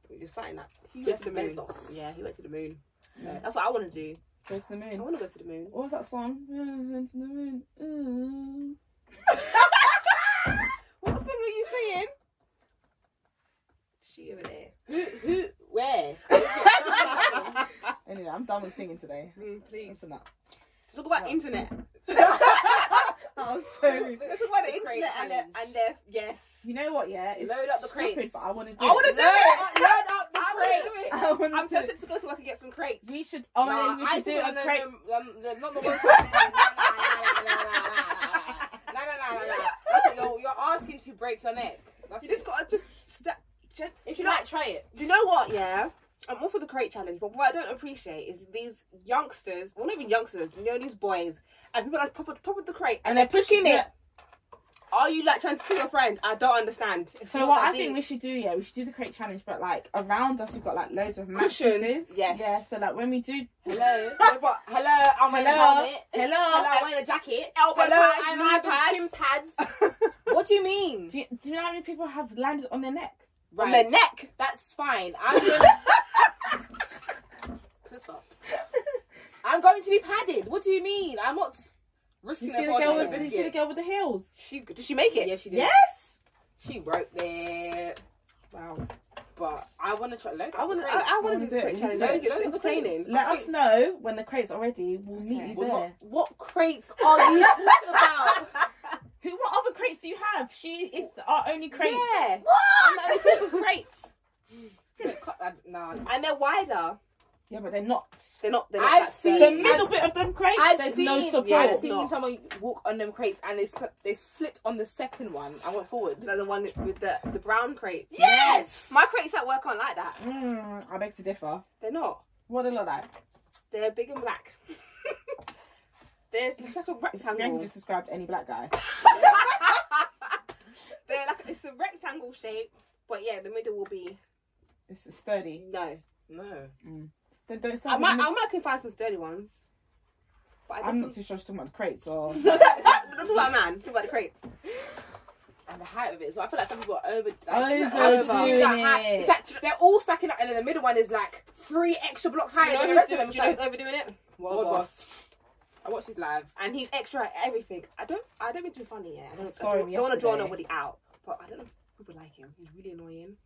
[SPEAKER 3] You're citing that.
[SPEAKER 4] went
[SPEAKER 3] Jeff
[SPEAKER 4] to the moon.
[SPEAKER 3] Bezos. Yeah, he went to the moon. So
[SPEAKER 2] Yeah.
[SPEAKER 3] that's what I want to do.
[SPEAKER 2] Go to the
[SPEAKER 3] I
[SPEAKER 2] moon.
[SPEAKER 3] want to go to the moon.
[SPEAKER 2] What was that song? Went to the moon. Ooh.
[SPEAKER 3] What song are you singing? She over there.
[SPEAKER 4] who, who, where?
[SPEAKER 2] Anyway, I'm done with singing today.
[SPEAKER 3] Mm, please.
[SPEAKER 2] Listen up.
[SPEAKER 3] Let's talk about internet.
[SPEAKER 2] Oh,
[SPEAKER 3] Let's talk about the,
[SPEAKER 4] The crate
[SPEAKER 3] internet and their,
[SPEAKER 4] challenge.
[SPEAKER 3] and their yes.
[SPEAKER 2] You know what? Yeah, it's
[SPEAKER 4] Load up the
[SPEAKER 2] stupid,
[SPEAKER 4] crates.
[SPEAKER 2] but I want to do.
[SPEAKER 3] I want to
[SPEAKER 2] it.
[SPEAKER 3] do
[SPEAKER 4] Load
[SPEAKER 3] it. Load up the
[SPEAKER 4] crate.
[SPEAKER 3] crate.
[SPEAKER 2] I want
[SPEAKER 3] I'm
[SPEAKER 2] to.
[SPEAKER 3] tempted to go to work and get some crates.
[SPEAKER 2] We should. Oh,
[SPEAKER 4] Nah,
[SPEAKER 2] no, we should do
[SPEAKER 4] think
[SPEAKER 2] a
[SPEAKER 4] I'm
[SPEAKER 2] crate.
[SPEAKER 4] the- um, the- not the one- Nah, nah, nah, nah, nah, nah, nah, nah, nah, nah, nah, nah, nah. That's it, You're you're asking to break your neck. That's
[SPEAKER 3] You
[SPEAKER 4] it.
[SPEAKER 3] just gotta just step. gen-
[SPEAKER 4] If
[SPEAKER 3] you
[SPEAKER 4] you
[SPEAKER 3] know-
[SPEAKER 4] like, try it.
[SPEAKER 3] You know what? Yeah, I'm all for the crate challenge, but what I don't appreciate is these youngsters. Well, not even youngsters. You know these boys, and people are top of top of the crate,
[SPEAKER 2] And they're pushing it.
[SPEAKER 3] Are you like trying to kill your friend? I don't understand. It's
[SPEAKER 2] So
[SPEAKER 3] not
[SPEAKER 2] what
[SPEAKER 3] that
[SPEAKER 2] I think we
[SPEAKER 3] deep.
[SPEAKER 2] should do, yeah, we should do the crate challenge, but like around us we've got like loads of
[SPEAKER 3] Cushions,
[SPEAKER 2] mattresses.
[SPEAKER 3] yes.
[SPEAKER 2] Yeah. So like when we do,
[SPEAKER 4] Hello.
[SPEAKER 3] Yeah, but
[SPEAKER 4] Hello. I'm wearing a
[SPEAKER 2] Hello?
[SPEAKER 4] helmet. Hello.
[SPEAKER 2] hello.
[SPEAKER 4] I'm wearing a jacket.
[SPEAKER 3] elbow
[SPEAKER 4] Hello.
[SPEAKER 3] pads,
[SPEAKER 4] I'm
[SPEAKER 3] knee
[SPEAKER 4] having
[SPEAKER 3] pads.
[SPEAKER 4] shin pads. What do you mean?
[SPEAKER 2] Do you, do you know how many people have landed on their neck?
[SPEAKER 3] on their neck.
[SPEAKER 4] That's fine. I'm gonna piss up. I'm going to be padded. What do you mean? I'm not risking
[SPEAKER 2] You
[SPEAKER 4] a
[SPEAKER 2] see, the
[SPEAKER 4] fortune
[SPEAKER 2] girl
[SPEAKER 4] on a
[SPEAKER 2] with, you see the
[SPEAKER 4] biscuit.
[SPEAKER 2] girl with the heels?
[SPEAKER 3] She did she make it?
[SPEAKER 4] Yeah, she did.
[SPEAKER 2] Yes!
[SPEAKER 4] She wrote there,
[SPEAKER 3] Wow.
[SPEAKER 4] but I want to try. Load
[SPEAKER 3] I want to.
[SPEAKER 4] to.
[SPEAKER 3] I, I want
[SPEAKER 2] wanna
[SPEAKER 3] to
[SPEAKER 2] do
[SPEAKER 3] do the
[SPEAKER 2] it.
[SPEAKER 3] crate
[SPEAKER 2] We
[SPEAKER 3] challenge.
[SPEAKER 2] should do
[SPEAKER 4] it.
[SPEAKER 3] It's
[SPEAKER 4] Load up the
[SPEAKER 3] entertaining.
[SPEAKER 4] crates.
[SPEAKER 2] Let
[SPEAKER 4] I
[SPEAKER 2] us know when the crate's are ready. We'll meet
[SPEAKER 3] Okay.
[SPEAKER 2] you
[SPEAKER 4] What,
[SPEAKER 2] there.
[SPEAKER 4] what, crates are you talking about?
[SPEAKER 2] Who? What other crates do you have? She is the- our only crate.
[SPEAKER 3] Yeah.
[SPEAKER 4] What?
[SPEAKER 3] And it's also crates,
[SPEAKER 4] nah.
[SPEAKER 3] and they're wider.
[SPEAKER 2] Yeah, but they're not.
[SPEAKER 3] They're not. They're not
[SPEAKER 4] I've
[SPEAKER 3] that
[SPEAKER 4] seen
[SPEAKER 2] The
[SPEAKER 3] sturdy.
[SPEAKER 2] middle
[SPEAKER 4] I've-
[SPEAKER 2] bit of them crates.
[SPEAKER 4] I've
[SPEAKER 2] there's
[SPEAKER 4] seen,
[SPEAKER 2] no support.
[SPEAKER 4] I've
[SPEAKER 3] it's
[SPEAKER 4] seen
[SPEAKER 3] not.
[SPEAKER 4] someone walk on them crates and they slipped, they slipped on the second one and went forward.
[SPEAKER 3] Like the one with the, the brown crates.
[SPEAKER 4] Yes!
[SPEAKER 3] My crates at work aren't like that.
[SPEAKER 2] Mm, I beg to differ.
[SPEAKER 3] They're not.
[SPEAKER 2] What they look like?
[SPEAKER 3] They're big and black. They're it's like a
[SPEAKER 2] Bianca
[SPEAKER 3] rectangle.
[SPEAKER 2] just described any black guy.
[SPEAKER 3] They're like it's a rectangle shape, but yeah, the middle will be
[SPEAKER 2] It's sturdy.
[SPEAKER 3] no.
[SPEAKER 4] No.
[SPEAKER 2] Then don't start.
[SPEAKER 3] I
[SPEAKER 2] with
[SPEAKER 3] might
[SPEAKER 2] the-
[SPEAKER 3] I might can find some sturdy ones. But I
[SPEAKER 2] I'm not
[SPEAKER 3] don't
[SPEAKER 2] too sure she's talking about the crates or.
[SPEAKER 3] think... That's about a man. Talk about the crates.
[SPEAKER 4] and the height of it as well. I feel like some people are over. Like,
[SPEAKER 2] Overdoing
[SPEAKER 4] overdoing that height.
[SPEAKER 2] it.
[SPEAKER 4] It's like they're all stacking up, and then the middle one is like three extra blocks
[SPEAKER 3] Do you
[SPEAKER 4] higher than
[SPEAKER 3] know
[SPEAKER 4] the
[SPEAKER 3] who's
[SPEAKER 4] rest of
[SPEAKER 3] doing,
[SPEAKER 4] them.
[SPEAKER 3] do
[SPEAKER 4] It's
[SPEAKER 3] you know
[SPEAKER 4] like,
[SPEAKER 3] who's overdoing it? World,
[SPEAKER 4] World
[SPEAKER 3] boss.
[SPEAKER 4] boss. I watched his live.
[SPEAKER 3] And he's extra at everything. I don't I don't mean to be funny, yeah. I don't,
[SPEAKER 2] saw
[SPEAKER 3] I
[SPEAKER 2] him
[SPEAKER 3] don't, don't want to draw
[SPEAKER 2] yesterday.
[SPEAKER 3] nobody out. But I don't know if people like him. He's really annoying.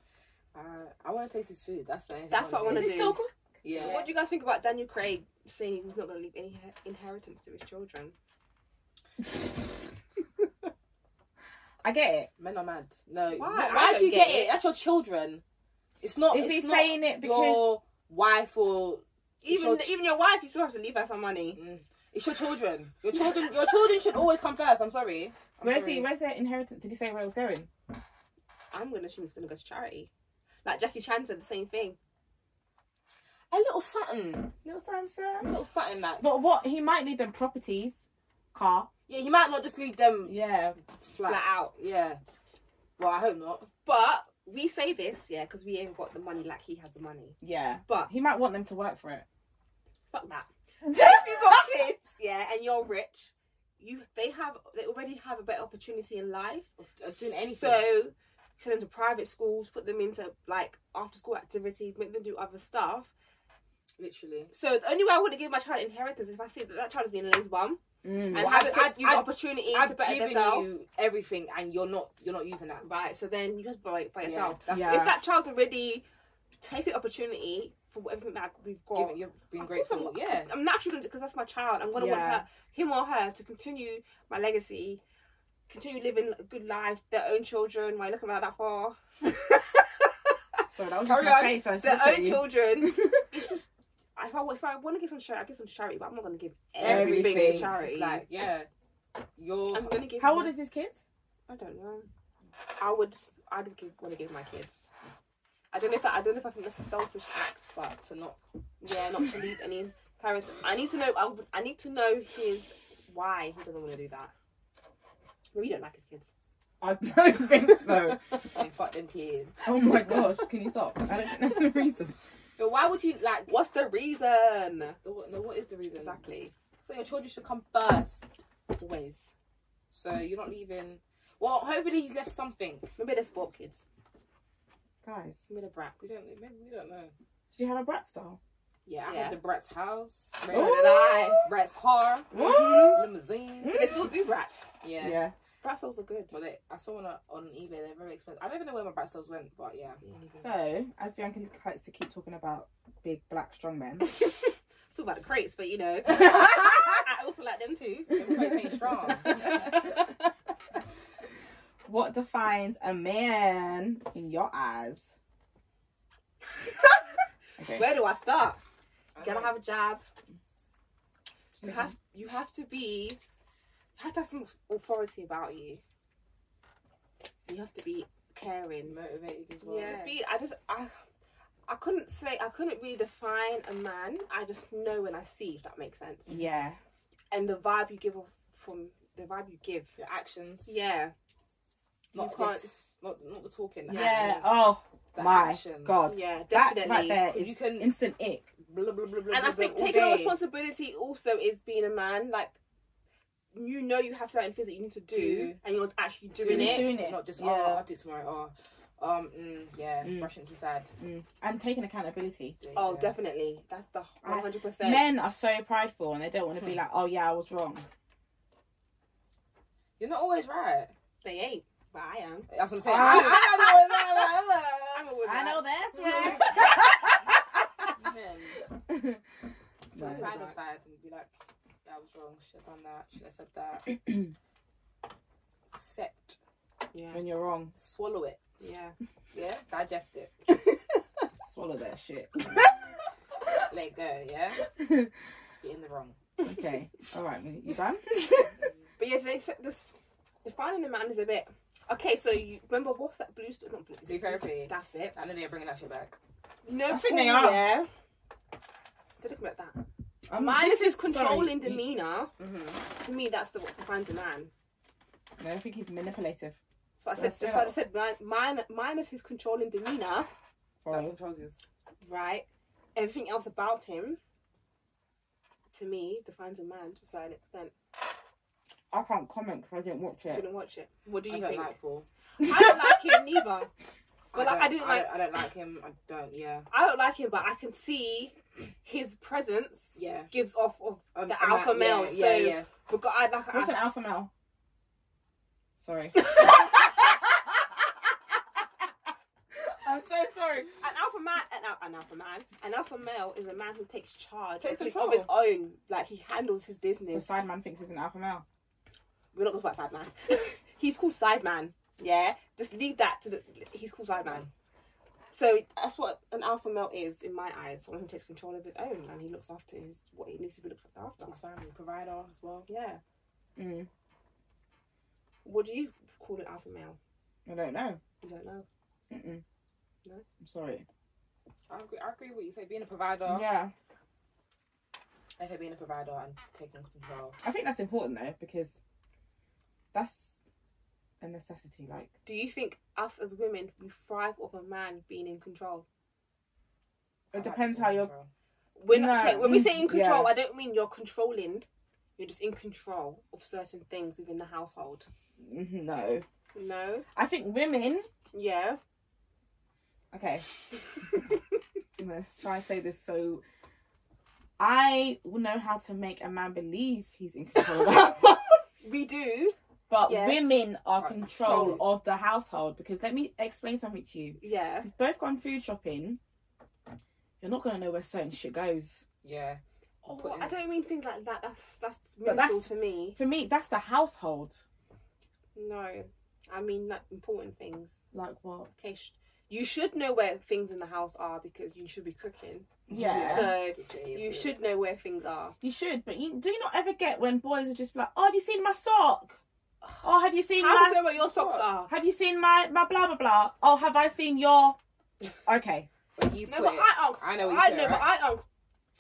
[SPEAKER 4] Uh, I want to taste his food. That's the only thing
[SPEAKER 3] That's what I
[SPEAKER 4] wanna
[SPEAKER 3] want
[SPEAKER 4] do.
[SPEAKER 3] to Is do. it still good?
[SPEAKER 4] Yeah.
[SPEAKER 3] What do you guys think about Daniel Craig saying he's not going to leave any he- inheritance to his children?
[SPEAKER 2] I get it.
[SPEAKER 4] Men are mad. No.
[SPEAKER 3] Why?
[SPEAKER 4] Why,
[SPEAKER 3] I
[SPEAKER 4] why
[SPEAKER 3] don't
[SPEAKER 4] do you
[SPEAKER 3] get
[SPEAKER 4] get it?
[SPEAKER 3] it.
[SPEAKER 4] That's your children. It's not.
[SPEAKER 2] Is
[SPEAKER 4] it's
[SPEAKER 2] he
[SPEAKER 4] not
[SPEAKER 2] saying it
[SPEAKER 4] your wife or It's
[SPEAKER 3] Even
[SPEAKER 4] your-
[SPEAKER 3] even your wife, you still have to leave her some money.
[SPEAKER 4] it's your children? Your children. Your children should always come first. I'm sorry. I'm
[SPEAKER 2] Where's
[SPEAKER 4] sorry.
[SPEAKER 2] he? Where's their inheritance? Did he say where it was going?
[SPEAKER 3] I'm going to assume it's going to go to charity. Like Jackie Chan said the same thing.
[SPEAKER 4] A little something.
[SPEAKER 2] Little Sam
[SPEAKER 4] A
[SPEAKER 2] Sam.
[SPEAKER 4] little something like.
[SPEAKER 2] But what he might need them properties, car.
[SPEAKER 4] Yeah, he might not just leave them
[SPEAKER 2] Yeah,
[SPEAKER 4] flat.
[SPEAKER 3] Flat out.
[SPEAKER 4] Yeah. Well, I hope not.
[SPEAKER 3] But we say this, yeah, because we ain't got the money like he has the money.
[SPEAKER 2] yeah.
[SPEAKER 3] But
[SPEAKER 2] He might want them to work for it.
[SPEAKER 3] fuck that. if you got kids, yeah, and you're rich, you they have they already have a better opportunity in life
[SPEAKER 4] Of doing anything.
[SPEAKER 3] So send them to private schools, put them into like after school activities, make them do other stuff.
[SPEAKER 4] Literally.
[SPEAKER 3] So the only way I want to give my child inheritance is if I see that that child is being a lazy bum
[SPEAKER 2] Mm.
[SPEAKER 3] and
[SPEAKER 4] Well,
[SPEAKER 3] have
[SPEAKER 4] I've-
[SPEAKER 3] it give
[SPEAKER 4] I've-
[SPEAKER 3] you the
[SPEAKER 4] I've-
[SPEAKER 3] opportunity to
[SPEAKER 4] I've
[SPEAKER 3] better
[SPEAKER 4] given
[SPEAKER 3] themselves.
[SPEAKER 4] you everything, and you're not. You're not using that.
[SPEAKER 3] Right, so then you have to buy it by
[SPEAKER 4] Yeah,
[SPEAKER 3] yourself.
[SPEAKER 4] that's-
[SPEAKER 2] Yeah.
[SPEAKER 3] If that child's already taken opportunity for everything that we've got,
[SPEAKER 4] Given- You're being
[SPEAKER 3] Of course
[SPEAKER 4] grateful.
[SPEAKER 3] I'm,
[SPEAKER 4] Yeah.
[SPEAKER 3] I'm naturally going to because that's my child. I'm going to
[SPEAKER 2] Yeah.
[SPEAKER 3] want her, him or her, to continue my legacy, continue living a good life, their own children. Why are you looking like that for?
[SPEAKER 2] So that was just
[SPEAKER 3] Carry
[SPEAKER 2] my
[SPEAKER 3] on.
[SPEAKER 2] face. I just
[SPEAKER 3] their
[SPEAKER 2] looked at
[SPEAKER 3] own
[SPEAKER 2] you.
[SPEAKER 3] children. It's just if I if I want to give some charity, I give some to charity, but I'm not going to give everything,
[SPEAKER 4] Everything.
[SPEAKER 3] to charity.
[SPEAKER 4] It's like, yeah. You're.
[SPEAKER 3] I'm going to give.
[SPEAKER 2] How
[SPEAKER 3] my-
[SPEAKER 2] old is his kids?
[SPEAKER 3] I don't know. I would. I would give, want to give my kids. I don't know if that, I don't know if I think that's a selfish act, but to not, yeah, not to leave any parents. I need to know. I, would, I need to know his why he doesn't want to do that. We don't like his kids.
[SPEAKER 2] I don't think so.
[SPEAKER 4] saying, fuck them kids.
[SPEAKER 2] oh my gosh! Can you stop? I don't know the reason.
[SPEAKER 4] But why would you like?
[SPEAKER 3] What's the reason?
[SPEAKER 4] the what- No, what is the reason?
[SPEAKER 3] Exactly.
[SPEAKER 4] So your children should come first.
[SPEAKER 3] Always.
[SPEAKER 4] So you're not leaving. Well, hopefully he's left something.
[SPEAKER 3] Maybe they're sport kids.
[SPEAKER 2] Guys,
[SPEAKER 3] Maybe they're brats.
[SPEAKER 4] We don't. Maybe we don't know.
[SPEAKER 2] do you have a brat style?
[SPEAKER 4] Yeah, I
[SPEAKER 3] Yeah.
[SPEAKER 4] had the Brett's house,
[SPEAKER 3] So
[SPEAKER 4] Brett's,
[SPEAKER 3] did I.
[SPEAKER 4] Brett's car,
[SPEAKER 2] Ooh.
[SPEAKER 4] limousine.
[SPEAKER 3] Do they still do brats?
[SPEAKER 4] Yeah.
[SPEAKER 2] Yeah.
[SPEAKER 3] Brats also good.
[SPEAKER 4] But they, I saw one on- on eBay. They're very expensive. I don't even know where my Brett's sales went, but yeah.
[SPEAKER 2] So, as Bianca likes to keep talking about big black strong men,
[SPEAKER 3] Talk about the crates, but you know, I also like them too.
[SPEAKER 4] Everybody's saying strong.
[SPEAKER 2] what defines a man in your eyes? Okay.
[SPEAKER 3] Where do I start? You gotta have a job. You have you have to be you have to have some authority about you. You have to be caring.
[SPEAKER 4] Motivated as well.
[SPEAKER 3] Yeah. Just be I just I I couldn't say I couldn't really define a man. I just know when I see if that makes sense.
[SPEAKER 2] yeah.
[SPEAKER 3] And the vibe you give off from the vibe you give.
[SPEAKER 4] Your actions.
[SPEAKER 3] Yeah.
[SPEAKER 4] Not
[SPEAKER 3] You can't-
[SPEAKER 4] this. Not not the talking. The
[SPEAKER 2] Yeah.
[SPEAKER 4] Actions,
[SPEAKER 2] Oh
[SPEAKER 4] the
[SPEAKER 2] my
[SPEAKER 4] actions.
[SPEAKER 2] God.
[SPEAKER 3] Yeah,
[SPEAKER 2] that
[SPEAKER 3] definitely.
[SPEAKER 2] right there is
[SPEAKER 4] You can-
[SPEAKER 2] instant ick.
[SPEAKER 4] Blah, blah, blah, blah,
[SPEAKER 3] and I
[SPEAKER 4] blah, blah,
[SPEAKER 3] think
[SPEAKER 4] all
[SPEAKER 3] taking on
[SPEAKER 4] day.
[SPEAKER 3] responsibility also is being a man. Like you know, you have certain things that you need to do,
[SPEAKER 4] Do.
[SPEAKER 3] and you're actually
[SPEAKER 2] You're
[SPEAKER 3] doing
[SPEAKER 2] just
[SPEAKER 3] it.
[SPEAKER 2] doing it.
[SPEAKER 4] Not just
[SPEAKER 2] Yeah.
[SPEAKER 4] oh, I'll do it tomorrow. Oh, um, mm, yeah,
[SPEAKER 2] Mm.
[SPEAKER 4] brushing to sad.
[SPEAKER 2] Mm. And taking accountability.
[SPEAKER 4] There you
[SPEAKER 3] Oh,
[SPEAKER 4] go.
[SPEAKER 3] definitely. That's the
[SPEAKER 2] I-
[SPEAKER 3] one hundred percent.
[SPEAKER 2] Men are so prideful and they don't want to be like, oh yeah, I was wrong.
[SPEAKER 4] You're not always right.
[SPEAKER 3] They ain't, but I am.
[SPEAKER 4] That's what I'm saying.
[SPEAKER 2] Ah.
[SPEAKER 3] I'm a woman.
[SPEAKER 2] I know that's right.
[SPEAKER 4] Men.
[SPEAKER 2] No.
[SPEAKER 4] Put pride on side and be like, yeah, I was wrong. Should have done that. Should have said that. Accept.
[SPEAKER 3] Yeah,
[SPEAKER 2] When you're wrong,
[SPEAKER 4] Swallow it.
[SPEAKER 3] yeah.
[SPEAKER 4] Yeah. Digest it.
[SPEAKER 2] swallow that shit.
[SPEAKER 4] Let it go. Yeah. Get in the wrong.
[SPEAKER 2] okay. All right. You done?
[SPEAKER 3] But yes, they said this defining a man is a bit. Okay, so you remember what's that blue stuff? Not blue. is
[SPEAKER 4] Be
[SPEAKER 3] it blue-
[SPEAKER 4] therapy.
[SPEAKER 3] That's it.
[SPEAKER 4] I know they're bringing that shit back.
[SPEAKER 3] No,
[SPEAKER 2] I think they
[SPEAKER 3] Paul,
[SPEAKER 2] are.
[SPEAKER 3] Yeah. Don't look at that.
[SPEAKER 2] I'm-
[SPEAKER 3] Minus
[SPEAKER 2] Um, this
[SPEAKER 3] his controlling
[SPEAKER 2] sorry, you-
[SPEAKER 3] demeanor.
[SPEAKER 4] Mm-hmm.
[SPEAKER 3] To me, that's the what defines a man.
[SPEAKER 2] No, I think he's manipulative.
[SPEAKER 3] So I said,
[SPEAKER 2] That's
[SPEAKER 3] that's what I said. Mine, mine, minus his controlling demeanor,
[SPEAKER 4] That
[SPEAKER 2] Or
[SPEAKER 4] controls his.
[SPEAKER 3] right? Everything else about him, to me, defines a man to a certain extent.
[SPEAKER 2] I can't comment because I didn't watch it.
[SPEAKER 3] Didn't watch it. What do
[SPEAKER 4] I
[SPEAKER 3] you
[SPEAKER 4] don't
[SPEAKER 3] think?
[SPEAKER 4] like Paul.
[SPEAKER 3] I don't like him neither. But like, I
[SPEAKER 4] don't-
[SPEAKER 3] didn't
[SPEAKER 4] I
[SPEAKER 3] like.
[SPEAKER 4] don't, I don't like him. I don't. Yeah.
[SPEAKER 3] I don't like him, but I can see his presence
[SPEAKER 4] Yeah.
[SPEAKER 3] gives off of
[SPEAKER 4] Um,
[SPEAKER 3] the
[SPEAKER 4] I'm
[SPEAKER 3] alpha
[SPEAKER 4] like,
[SPEAKER 3] male.
[SPEAKER 4] Yeah. Yeah.
[SPEAKER 3] so,
[SPEAKER 4] yeah.
[SPEAKER 3] reg- I like.
[SPEAKER 2] What's an
[SPEAKER 3] I,
[SPEAKER 2] alpha male? Sorry.
[SPEAKER 4] I'm so sorry.
[SPEAKER 3] An alpha man, an, al- an alpha man, an alpha male is a man who takes charge
[SPEAKER 4] Takes
[SPEAKER 3] of his-
[SPEAKER 4] control.
[SPEAKER 3] of his own. Like he handles his
[SPEAKER 2] So
[SPEAKER 3] business.
[SPEAKER 2] Sideman thinks he's an alpha male.
[SPEAKER 3] We're not talking about Sideman. he's called Sideman. Yeah, just leave that to the. He's called Sideman. So that's what an alpha male is in my eyes. Someone who takes control of his own and he looks after his what he needs to be looked after.
[SPEAKER 4] His family provider as well.
[SPEAKER 3] Yeah.
[SPEAKER 2] Mm.
[SPEAKER 3] What do you call an alpha male?
[SPEAKER 2] I don't know.
[SPEAKER 3] You don't know.
[SPEAKER 2] Mm-mm.
[SPEAKER 3] No?
[SPEAKER 2] I'm sorry.
[SPEAKER 4] I agree, I agree with what you say. Being a provider,
[SPEAKER 2] Yeah.
[SPEAKER 4] I think being a provider and taking control.
[SPEAKER 2] I think that's important though because that's a necessity. Like,
[SPEAKER 3] Do you think us as women we thrive off a man being in control?
[SPEAKER 2] It
[SPEAKER 4] I like
[SPEAKER 2] depends
[SPEAKER 4] taking
[SPEAKER 2] how you're-
[SPEAKER 4] control.
[SPEAKER 3] When
[SPEAKER 2] No,
[SPEAKER 3] okay, when we
[SPEAKER 2] mm,
[SPEAKER 3] say in control,
[SPEAKER 2] yeah.
[SPEAKER 3] I don't mean you're controlling. You're just in control of certain things within the household.
[SPEAKER 2] Mm-hmm, no.
[SPEAKER 3] No.
[SPEAKER 2] I think women.
[SPEAKER 3] Yeah.
[SPEAKER 2] Okay, I'm gonna try and say this so I will know how to make a man believe he's in control.
[SPEAKER 3] we do.
[SPEAKER 2] but
[SPEAKER 3] Yes.
[SPEAKER 2] women are
[SPEAKER 4] Right,
[SPEAKER 2] control
[SPEAKER 4] control.
[SPEAKER 2] of the household because let me explain something to you.
[SPEAKER 3] Yeah.
[SPEAKER 2] If you've both gone food shopping, you're not gonna know where certain shit goes.
[SPEAKER 4] Yeah.
[SPEAKER 3] Oh,
[SPEAKER 4] Put
[SPEAKER 3] I
[SPEAKER 4] in-
[SPEAKER 3] don't mean things like that. That's that's
[SPEAKER 2] But
[SPEAKER 3] mental
[SPEAKER 2] that's-
[SPEAKER 3] to me.
[SPEAKER 2] For me, that's the household.
[SPEAKER 3] No, I mean like important things.
[SPEAKER 2] Like what?
[SPEAKER 3] Okay, sh- you should know where things in the house are because you should be cooking.
[SPEAKER 2] Yeah.
[SPEAKER 3] So you
[SPEAKER 4] You should.
[SPEAKER 3] should know where things are.
[SPEAKER 2] You should, but you do you not ever get when boys are just like, "Oh, have you seen my sock? Oh, have you seen
[SPEAKER 3] How do you
[SPEAKER 2] my?
[SPEAKER 3] know where your socks are?
[SPEAKER 2] Have you seen my my blah blah blah? Oh, have I seen your? Okay,
[SPEAKER 4] But you
[SPEAKER 3] No,
[SPEAKER 4] put
[SPEAKER 3] but
[SPEAKER 4] it-
[SPEAKER 3] I ask.
[SPEAKER 4] I know what you
[SPEAKER 3] I
[SPEAKER 4] put,
[SPEAKER 3] know, but I ask.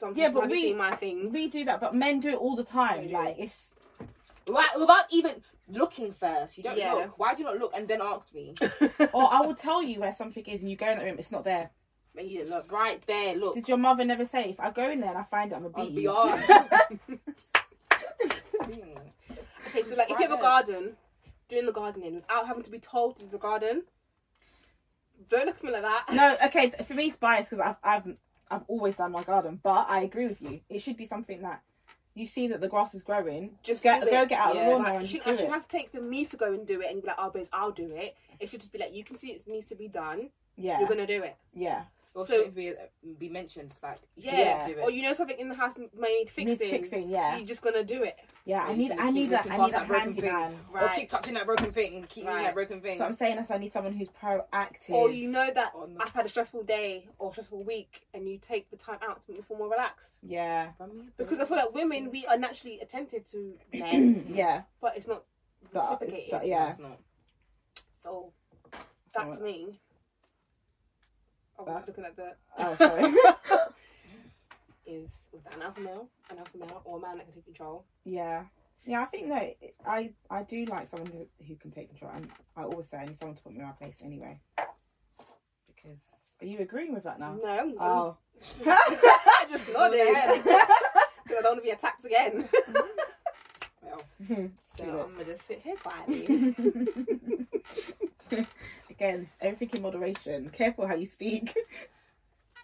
[SPEAKER 3] Sometimes
[SPEAKER 2] Yeah, but
[SPEAKER 3] have you
[SPEAKER 2] we-
[SPEAKER 3] seen my things.
[SPEAKER 2] we do that, but men do it all the
[SPEAKER 3] They
[SPEAKER 2] time.
[SPEAKER 3] do.
[SPEAKER 2] Like it's
[SPEAKER 4] Right, without even looking first. You don't
[SPEAKER 3] Yeah.
[SPEAKER 4] look. Why do you not look and then ask me?
[SPEAKER 2] or I will tell you where something is, and you go in the room, it's not there.
[SPEAKER 4] But you didn't look. Right there, look.
[SPEAKER 2] Did your mother never say if I go in there and I find it, I'm a
[SPEAKER 4] I'll
[SPEAKER 2] bee?
[SPEAKER 4] be honest.
[SPEAKER 3] Okay, so like if you have a garden, doing the gardening without having to be told to do the garden. Don't look at me like that.
[SPEAKER 2] no, okay. th- For me, it's biased because I've I've I've always done my garden, but I agree with you. It should be something that you see that the grass is growing.
[SPEAKER 3] Just
[SPEAKER 2] Get,
[SPEAKER 3] do it.
[SPEAKER 2] go get out of
[SPEAKER 4] Yeah,
[SPEAKER 2] the
[SPEAKER 4] like,
[SPEAKER 2] lawnmower
[SPEAKER 3] You
[SPEAKER 2] and
[SPEAKER 3] should,
[SPEAKER 2] just
[SPEAKER 3] I
[SPEAKER 2] do it.
[SPEAKER 3] shouldn't have to take for me to go and do it and be like, oh, babes, I'll do it. It should just be like, you can see it needs to be done.
[SPEAKER 2] Yeah,
[SPEAKER 3] You're gonna do it.
[SPEAKER 2] yeah.
[SPEAKER 4] Or
[SPEAKER 3] So-
[SPEAKER 4] so, be, be mentioned, like, you
[SPEAKER 3] Yeah.
[SPEAKER 4] yeah, do it.
[SPEAKER 3] Or you know something in the house may need fixing.
[SPEAKER 2] Needs fixing. Yeah,
[SPEAKER 3] You're just gonna do it.
[SPEAKER 2] Yeah, I
[SPEAKER 4] Yeah,
[SPEAKER 2] need
[SPEAKER 4] you
[SPEAKER 2] I
[SPEAKER 4] keep
[SPEAKER 2] need that
[SPEAKER 4] looking
[SPEAKER 2] I
[SPEAKER 4] past
[SPEAKER 2] need that
[SPEAKER 4] that broken
[SPEAKER 2] handy
[SPEAKER 4] thing.
[SPEAKER 2] man.
[SPEAKER 4] Or
[SPEAKER 3] Right.
[SPEAKER 4] keep touching that broken thing. Keep using
[SPEAKER 3] Right.
[SPEAKER 4] that broken thing.
[SPEAKER 2] So I'm saying that's why I need someone who's proactive.
[SPEAKER 3] Or Oh, you know that
[SPEAKER 4] Or not.
[SPEAKER 3] I've had a stressful day or stressful week, and you take the time out to make me feel more relaxed.
[SPEAKER 2] Yeah.
[SPEAKER 3] Because
[SPEAKER 4] Mm.
[SPEAKER 3] I feel like women, we are naturally attentive to men,
[SPEAKER 2] yeah.
[SPEAKER 3] but it's not
[SPEAKER 2] That-
[SPEAKER 3] reciprocated.
[SPEAKER 2] that-
[SPEAKER 4] No,
[SPEAKER 2] yeah.
[SPEAKER 4] it's not.
[SPEAKER 3] So that to me, I was
[SPEAKER 2] That-
[SPEAKER 3] looking at the
[SPEAKER 2] Oh sorry.
[SPEAKER 3] is with an alpha male, an alpha male, or a man that can take control.
[SPEAKER 2] yeah. Yeah, I think no, it- I I do like someone who, who can take control, and I always say I need someone to put me in my place anyway. Because are you agreeing with that now?
[SPEAKER 3] No, I'm-
[SPEAKER 2] Oh,
[SPEAKER 3] just, just nodded.
[SPEAKER 4] Yeah.
[SPEAKER 3] Because I don't want to be attacked again. well, so
[SPEAKER 2] Feel it.
[SPEAKER 3] I'm going to sit here quietly.
[SPEAKER 2] again, everything in moderation. Careful how you speak.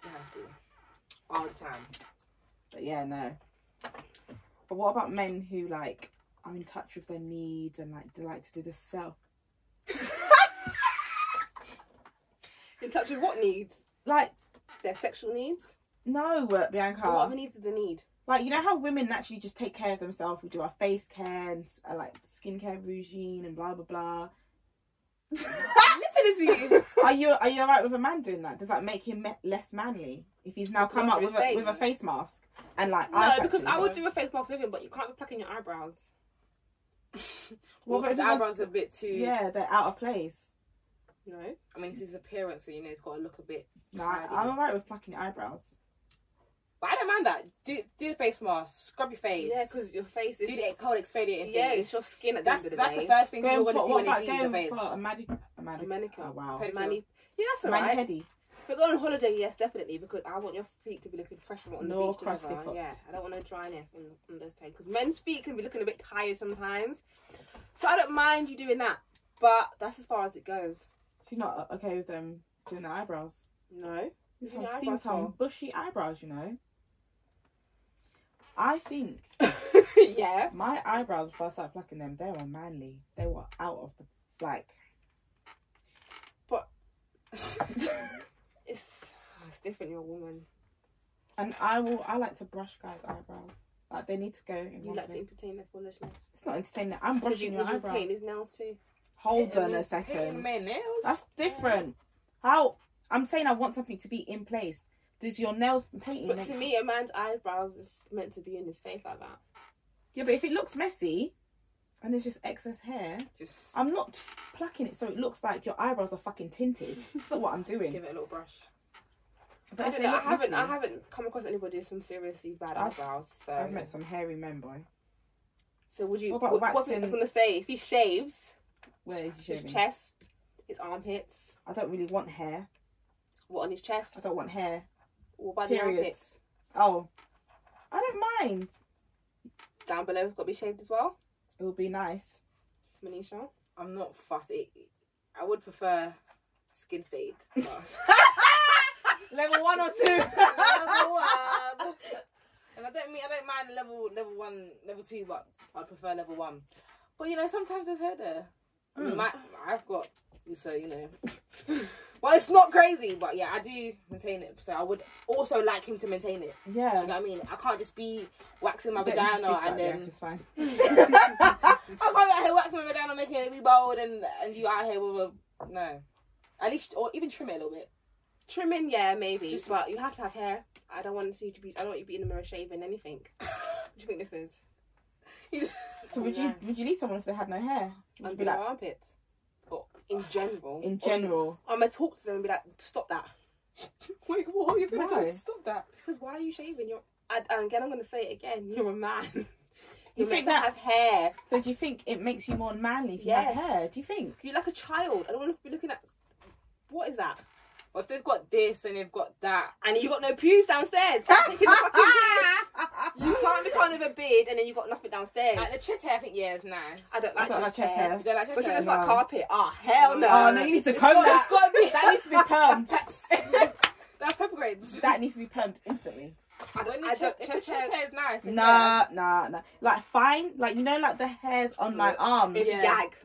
[SPEAKER 4] You have to. All the time.
[SPEAKER 2] But yeah, no. But what about men who like are in touch with their needs and like they like to do the self
[SPEAKER 3] In touch with what needs?
[SPEAKER 2] like
[SPEAKER 3] Their sexual needs?
[SPEAKER 2] No, uh,
[SPEAKER 3] Or What other
[SPEAKER 2] Bianca.
[SPEAKER 3] needs do they need?
[SPEAKER 2] Like you know how women actually just take care of themselves. We do our face care and s- uh, like skincare routine and blah blah blah.
[SPEAKER 3] Listen to you.
[SPEAKER 2] Are you are you alright with a man doing that? Does that make him me- less manly if he's now
[SPEAKER 3] Look
[SPEAKER 2] come up
[SPEAKER 3] after
[SPEAKER 2] with
[SPEAKER 3] his
[SPEAKER 2] a,
[SPEAKER 3] face.
[SPEAKER 2] with a face mask and like
[SPEAKER 3] No,
[SPEAKER 2] eye
[SPEAKER 3] because I
[SPEAKER 2] patches?
[SPEAKER 3] would do a face mask living, but you can't be plucking your eyebrows.
[SPEAKER 2] What
[SPEAKER 4] Well,
[SPEAKER 2] about
[SPEAKER 4] his
[SPEAKER 2] if he wants-
[SPEAKER 4] eyebrows are a bit too.
[SPEAKER 2] yeah they're out of place.
[SPEAKER 3] No.
[SPEAKER 4] I mean, it's his appearance, so you know, it's got to look a bit.
[SPEAKER 2] No, I,
[SPEAKER 4] tidy.
[SPEAKER 2] I'm alright with plucking eyebrows.
[SPEAKER 4] But I don't mind that. Do, do the face mask, scrub your face.
[SPEAKER 3] Yeah, because your face is.
[SPEAKER 4] do the cold exfoliating.
[SPEAKER 3] yeah,
[SPEAKER 4] thing.
[SPEAKER 3] it's your skin at the
[SPEAKER 4] That's
[SPEAKER 3] end of the
[SPEAKER 4] that's
[SPEAKER 3] day.
[SPEAKER 4] the first thing
[SPEAKER 2] Going
[SPEAKER 4] people are going
[SPEAKER 2] for-
[SPEAKER 4] to see when
[SPEAKER 2] what about
[SPEAKER 4] they see is your
[SPEAKER 2] going
[SPEAKER 4] face.
[SPEAKER 2] for a madi- a madi-
[SPEAKER 3] A manicure.
[SPEAKER 2] Oh wow,
[SPEAKER 4] Pedicure.
[SPEAKER 3] Mani- yeah, that's
[SPEAKER 2] mani
[SPEAKER 3] alright.
[SPEAKER 2] pedi.
[SPEAKER 3] If we're going on holiday, yes, definitely, because I want your feet to be looking fresh from on
[SPEAKER 2] No
[SPEAKER 3] the beach. and
[SPEAKER 2] crusty
[SPEAKER 3] whatever.
[SPEAKER 2] foot.
[SPEAKER 3] Yeah, I don't want no dryness on, on those toes because men's feet can be looking a bit tired sometimes. So I don't mind you doing that, but that's as far as it goes.
[SPEAKER 2] She's not uh, okay with them doing their eyebrows.
[SPEAKER 3] No,
[SPEAKER 2] There's
[SPEAKER 3] Doing
[SPEAKER 2] some,
[SPEAKER 3] your
[SPEAKER 2] seen
[SPEAKER 3] eyebrows
[SPEAKER 2] some
[SPEAKER 3] for?
[SPEAKER 2] bushy eyebrows, you know. I think
[SPEAKER 3] yeah,
[SPEAKER 2] my eyebrows before I started plucking them, they were manly. They were out of the like.
[SPEAKER 3] It's oh, it's different. You're a woman.
[SPEAKER 2] And I will. I like to brush guys' eyebrows. Like they need to go. In
[SPEAKER 3] You
[SPEAKER 2] one
[SPEAKER 3] like to
[SPEAKER 2] place.
[SPEAKER 3] entertain their foolishness.
[SPEAKER 2] It's not entertaining. I'm
[SPEAKER 3] So
[SPEAKER 2] brushing
[SPEAKER 3] you,
[SPEAKER 2] your
[SPEAKER 3] would you
[SPEAKER 2] eyebrows.
[SPEAKER 3] paint his nails too?
[SPEAKER 2] Hold
[SPEAKER 4] Hitting-
[SPEAKER 2] on a
[SPEAKER 4] hitting
[SPEAKER 2] second.
[SPEAKER 4] my nails.
[SPEAKER 2] That's different. How? I'm saying I want something to be in place. Does your nails painting?
[SPEAKER 3] But
[SPEAKER 2] make-
[SPEAKER 3] to me, a man's eyebrows is meant to be in his face like that.
[SPEAKER 2] yeah, but if it looks messy, and there's just excess hair,
[SPEAKER 4] just
[SPEAKER 2] I'm not plucking it so it looks like your eyebrows are fucking tinted. That's not what I'm doing.
[SPEAKER 4] give it a little brush.
[SPEAKER 2] But
[SPEAKER 3] I
[SPEAKER 2] if
[SPEAKER 3] don't
[SPEAKER 2] they
[SPEAKER 3] know. I
[SPEAKER 2] look
[SPEAKER 3] haven't. I
[SPEAKER 2] messy-
[SPEAKER 3] haven't come across anybody with some seriously bad
[SPEAKER 2] I've-
[SPEAKER 3] eyebrows. So,
[SPEAKER 2] I've met some hairy men, boy.
[SPEAKER 3] so would you?
[SPEAKER 2] What about
[SPEAKER 3] What, what's I was
[SPEAKER 2] waxing?
[SPEAKER 3] gonna say? If he shaves
[SPEAKER 2] Where is your
[SPEAKER 3] his
[SPEAKER 2] shaving?
[SPEAKER 3] chest, his armpits,
[SPEAKER 2] I don't really want hair.
[SPEAKER 3] what on his chest?
[SPEAKER 2] I don't want hair.
[SPEAKER 3] What about the armpits?
[SPEAKER 2] Periods. Oh, I don't mind.
[SPEAKER 3] Down below, it's got to be shaved as well.
[SPEAKER 2] It would be nice.
[SPEAKER 3] Manisha.
[SPEAKER 4] I'm not fussed. It, I would prefer skin fade. but-
[SPEAKER 2] Level one or two.
[SPEAKER 4] level one. And I don't mean I don't mind level level one, level two, but I prefer level one. But you know, sometimes there's hair there. I mean,
[SPEAKER 2] Mm.
[SPEAKER 4] my, I've got so you know. well, it's not crazy, but yeah, I do maintain it. So I would also like him to maintain it. You know
[SPEAKER 2] yeah.
[SPEAKER 4] what I mean? I can't just be waxing my
[SPEAKER 2] Don't you speak
[SPEAKER 4] vagina
[SPEAKER 2] like
[SPEAKER 4] and
[SPEAKER 2] that,
[SPEAKER 4] then "Oh,
[SPEAKER 2] it's fine.
[SPEAKER 4] I can't be out here waxing my vagina, making it be bold, and and you out here with a no. At least, or even trim it a little bit.
[SPEAKER 3] Trimming, yeah, maybe.
[SPEAKER 4] Just-
[SPEAKER 3] but you have to have hair. I don't want you to be. I don't want you to be in the mirror shaving anything. what do you think this is?
[SPEAKER 2] So would you would you leave someone if they had no hair? Would you
[SPEAKER 3] Under
[SPEAKER 2] be
[SPEAKER 3] your
[SPEAKER 2] like
[SPEAKER 3] armpits. Or in general.
[SPEAKER 2] in general?
[SPEAKER 3] I'm gonna talk to them and be like, stop that. Wait, what are you gonna
[SPEAKER 2] Why?
[SPEAKER 3] do? Stop that. Because why are you shaving? You're. I, and again, I'm gonna say it again. You're a man.
[SPEAKER 2] You
[SPEAKER 3] You
[SPEAKER 2] think
[SPEAKER 3] meant to
[SPEAKER 2] that-
[SPEAKER 3] have hair.
[SPEAKER 2] So do you think it makes you more manly if you
[SPEAKER 3] Yes.
[SPEAKER 2] have hair? Do you think?
[SPEAKER 3] You're like a child. I don't want to be looking at. What is that?
[SPEAKER 4] But if they've got this and they've got that,
[SPEAKER 3] And you got no pubes downstairs. Take it fucking piss. you can't be kind of a beard and then you got nothing downstairs.
[SPEAKER 4] like the chest hair, I think yeah, is niys
[SPEAKER 3] I don't
[SPEAKER 2] I
[SPEAKER 3] like
[SPEAKER 2] don't like
[SPEAKER 3] chest
[SPEAKER 2] chest
[SPEAKER 3] hair.
[SPEAKER 2] hair.
[SPEAKER 4] You don't like chest
[SPEAKER 3] But it
[SPEAKER 4] hair?
[SPEAKER 3] looks like
[SPEAKER 2] No.
[SPEAKER 3] carpet. Ah, hell no.
[SPEAKER 2] Oh no, you need to comb
[SPEAKER 3] got-
[SPEAKER 2] that.
[SPEAKER 3] it's gotta be-
[SPEAKER 2] that needs to be permed.
[SPEAKER 3] Peps. That's pepper grades.
[SPEAKER 2] That needs to be permed instantly.
[SPEAKER 4] I don't,
[SPEAKER 3] I
[SPEAKER 4] I
[SPEAKER 3] don't-
[SPEAKER 4] if the
[SPEAKER 3] chest
[SPEAKER 4] chest
[SPEAKER 3] hair-
[SPEAKER 4] hair, is nice. then yeah.
[SPEAKER 2] Nah, nah, nah. Like fine, like you know, like the hairs on my arms.
[SPEAKER 3] It's
[SPEAKER 4] Yeah.
[SPEAKER 3] gag.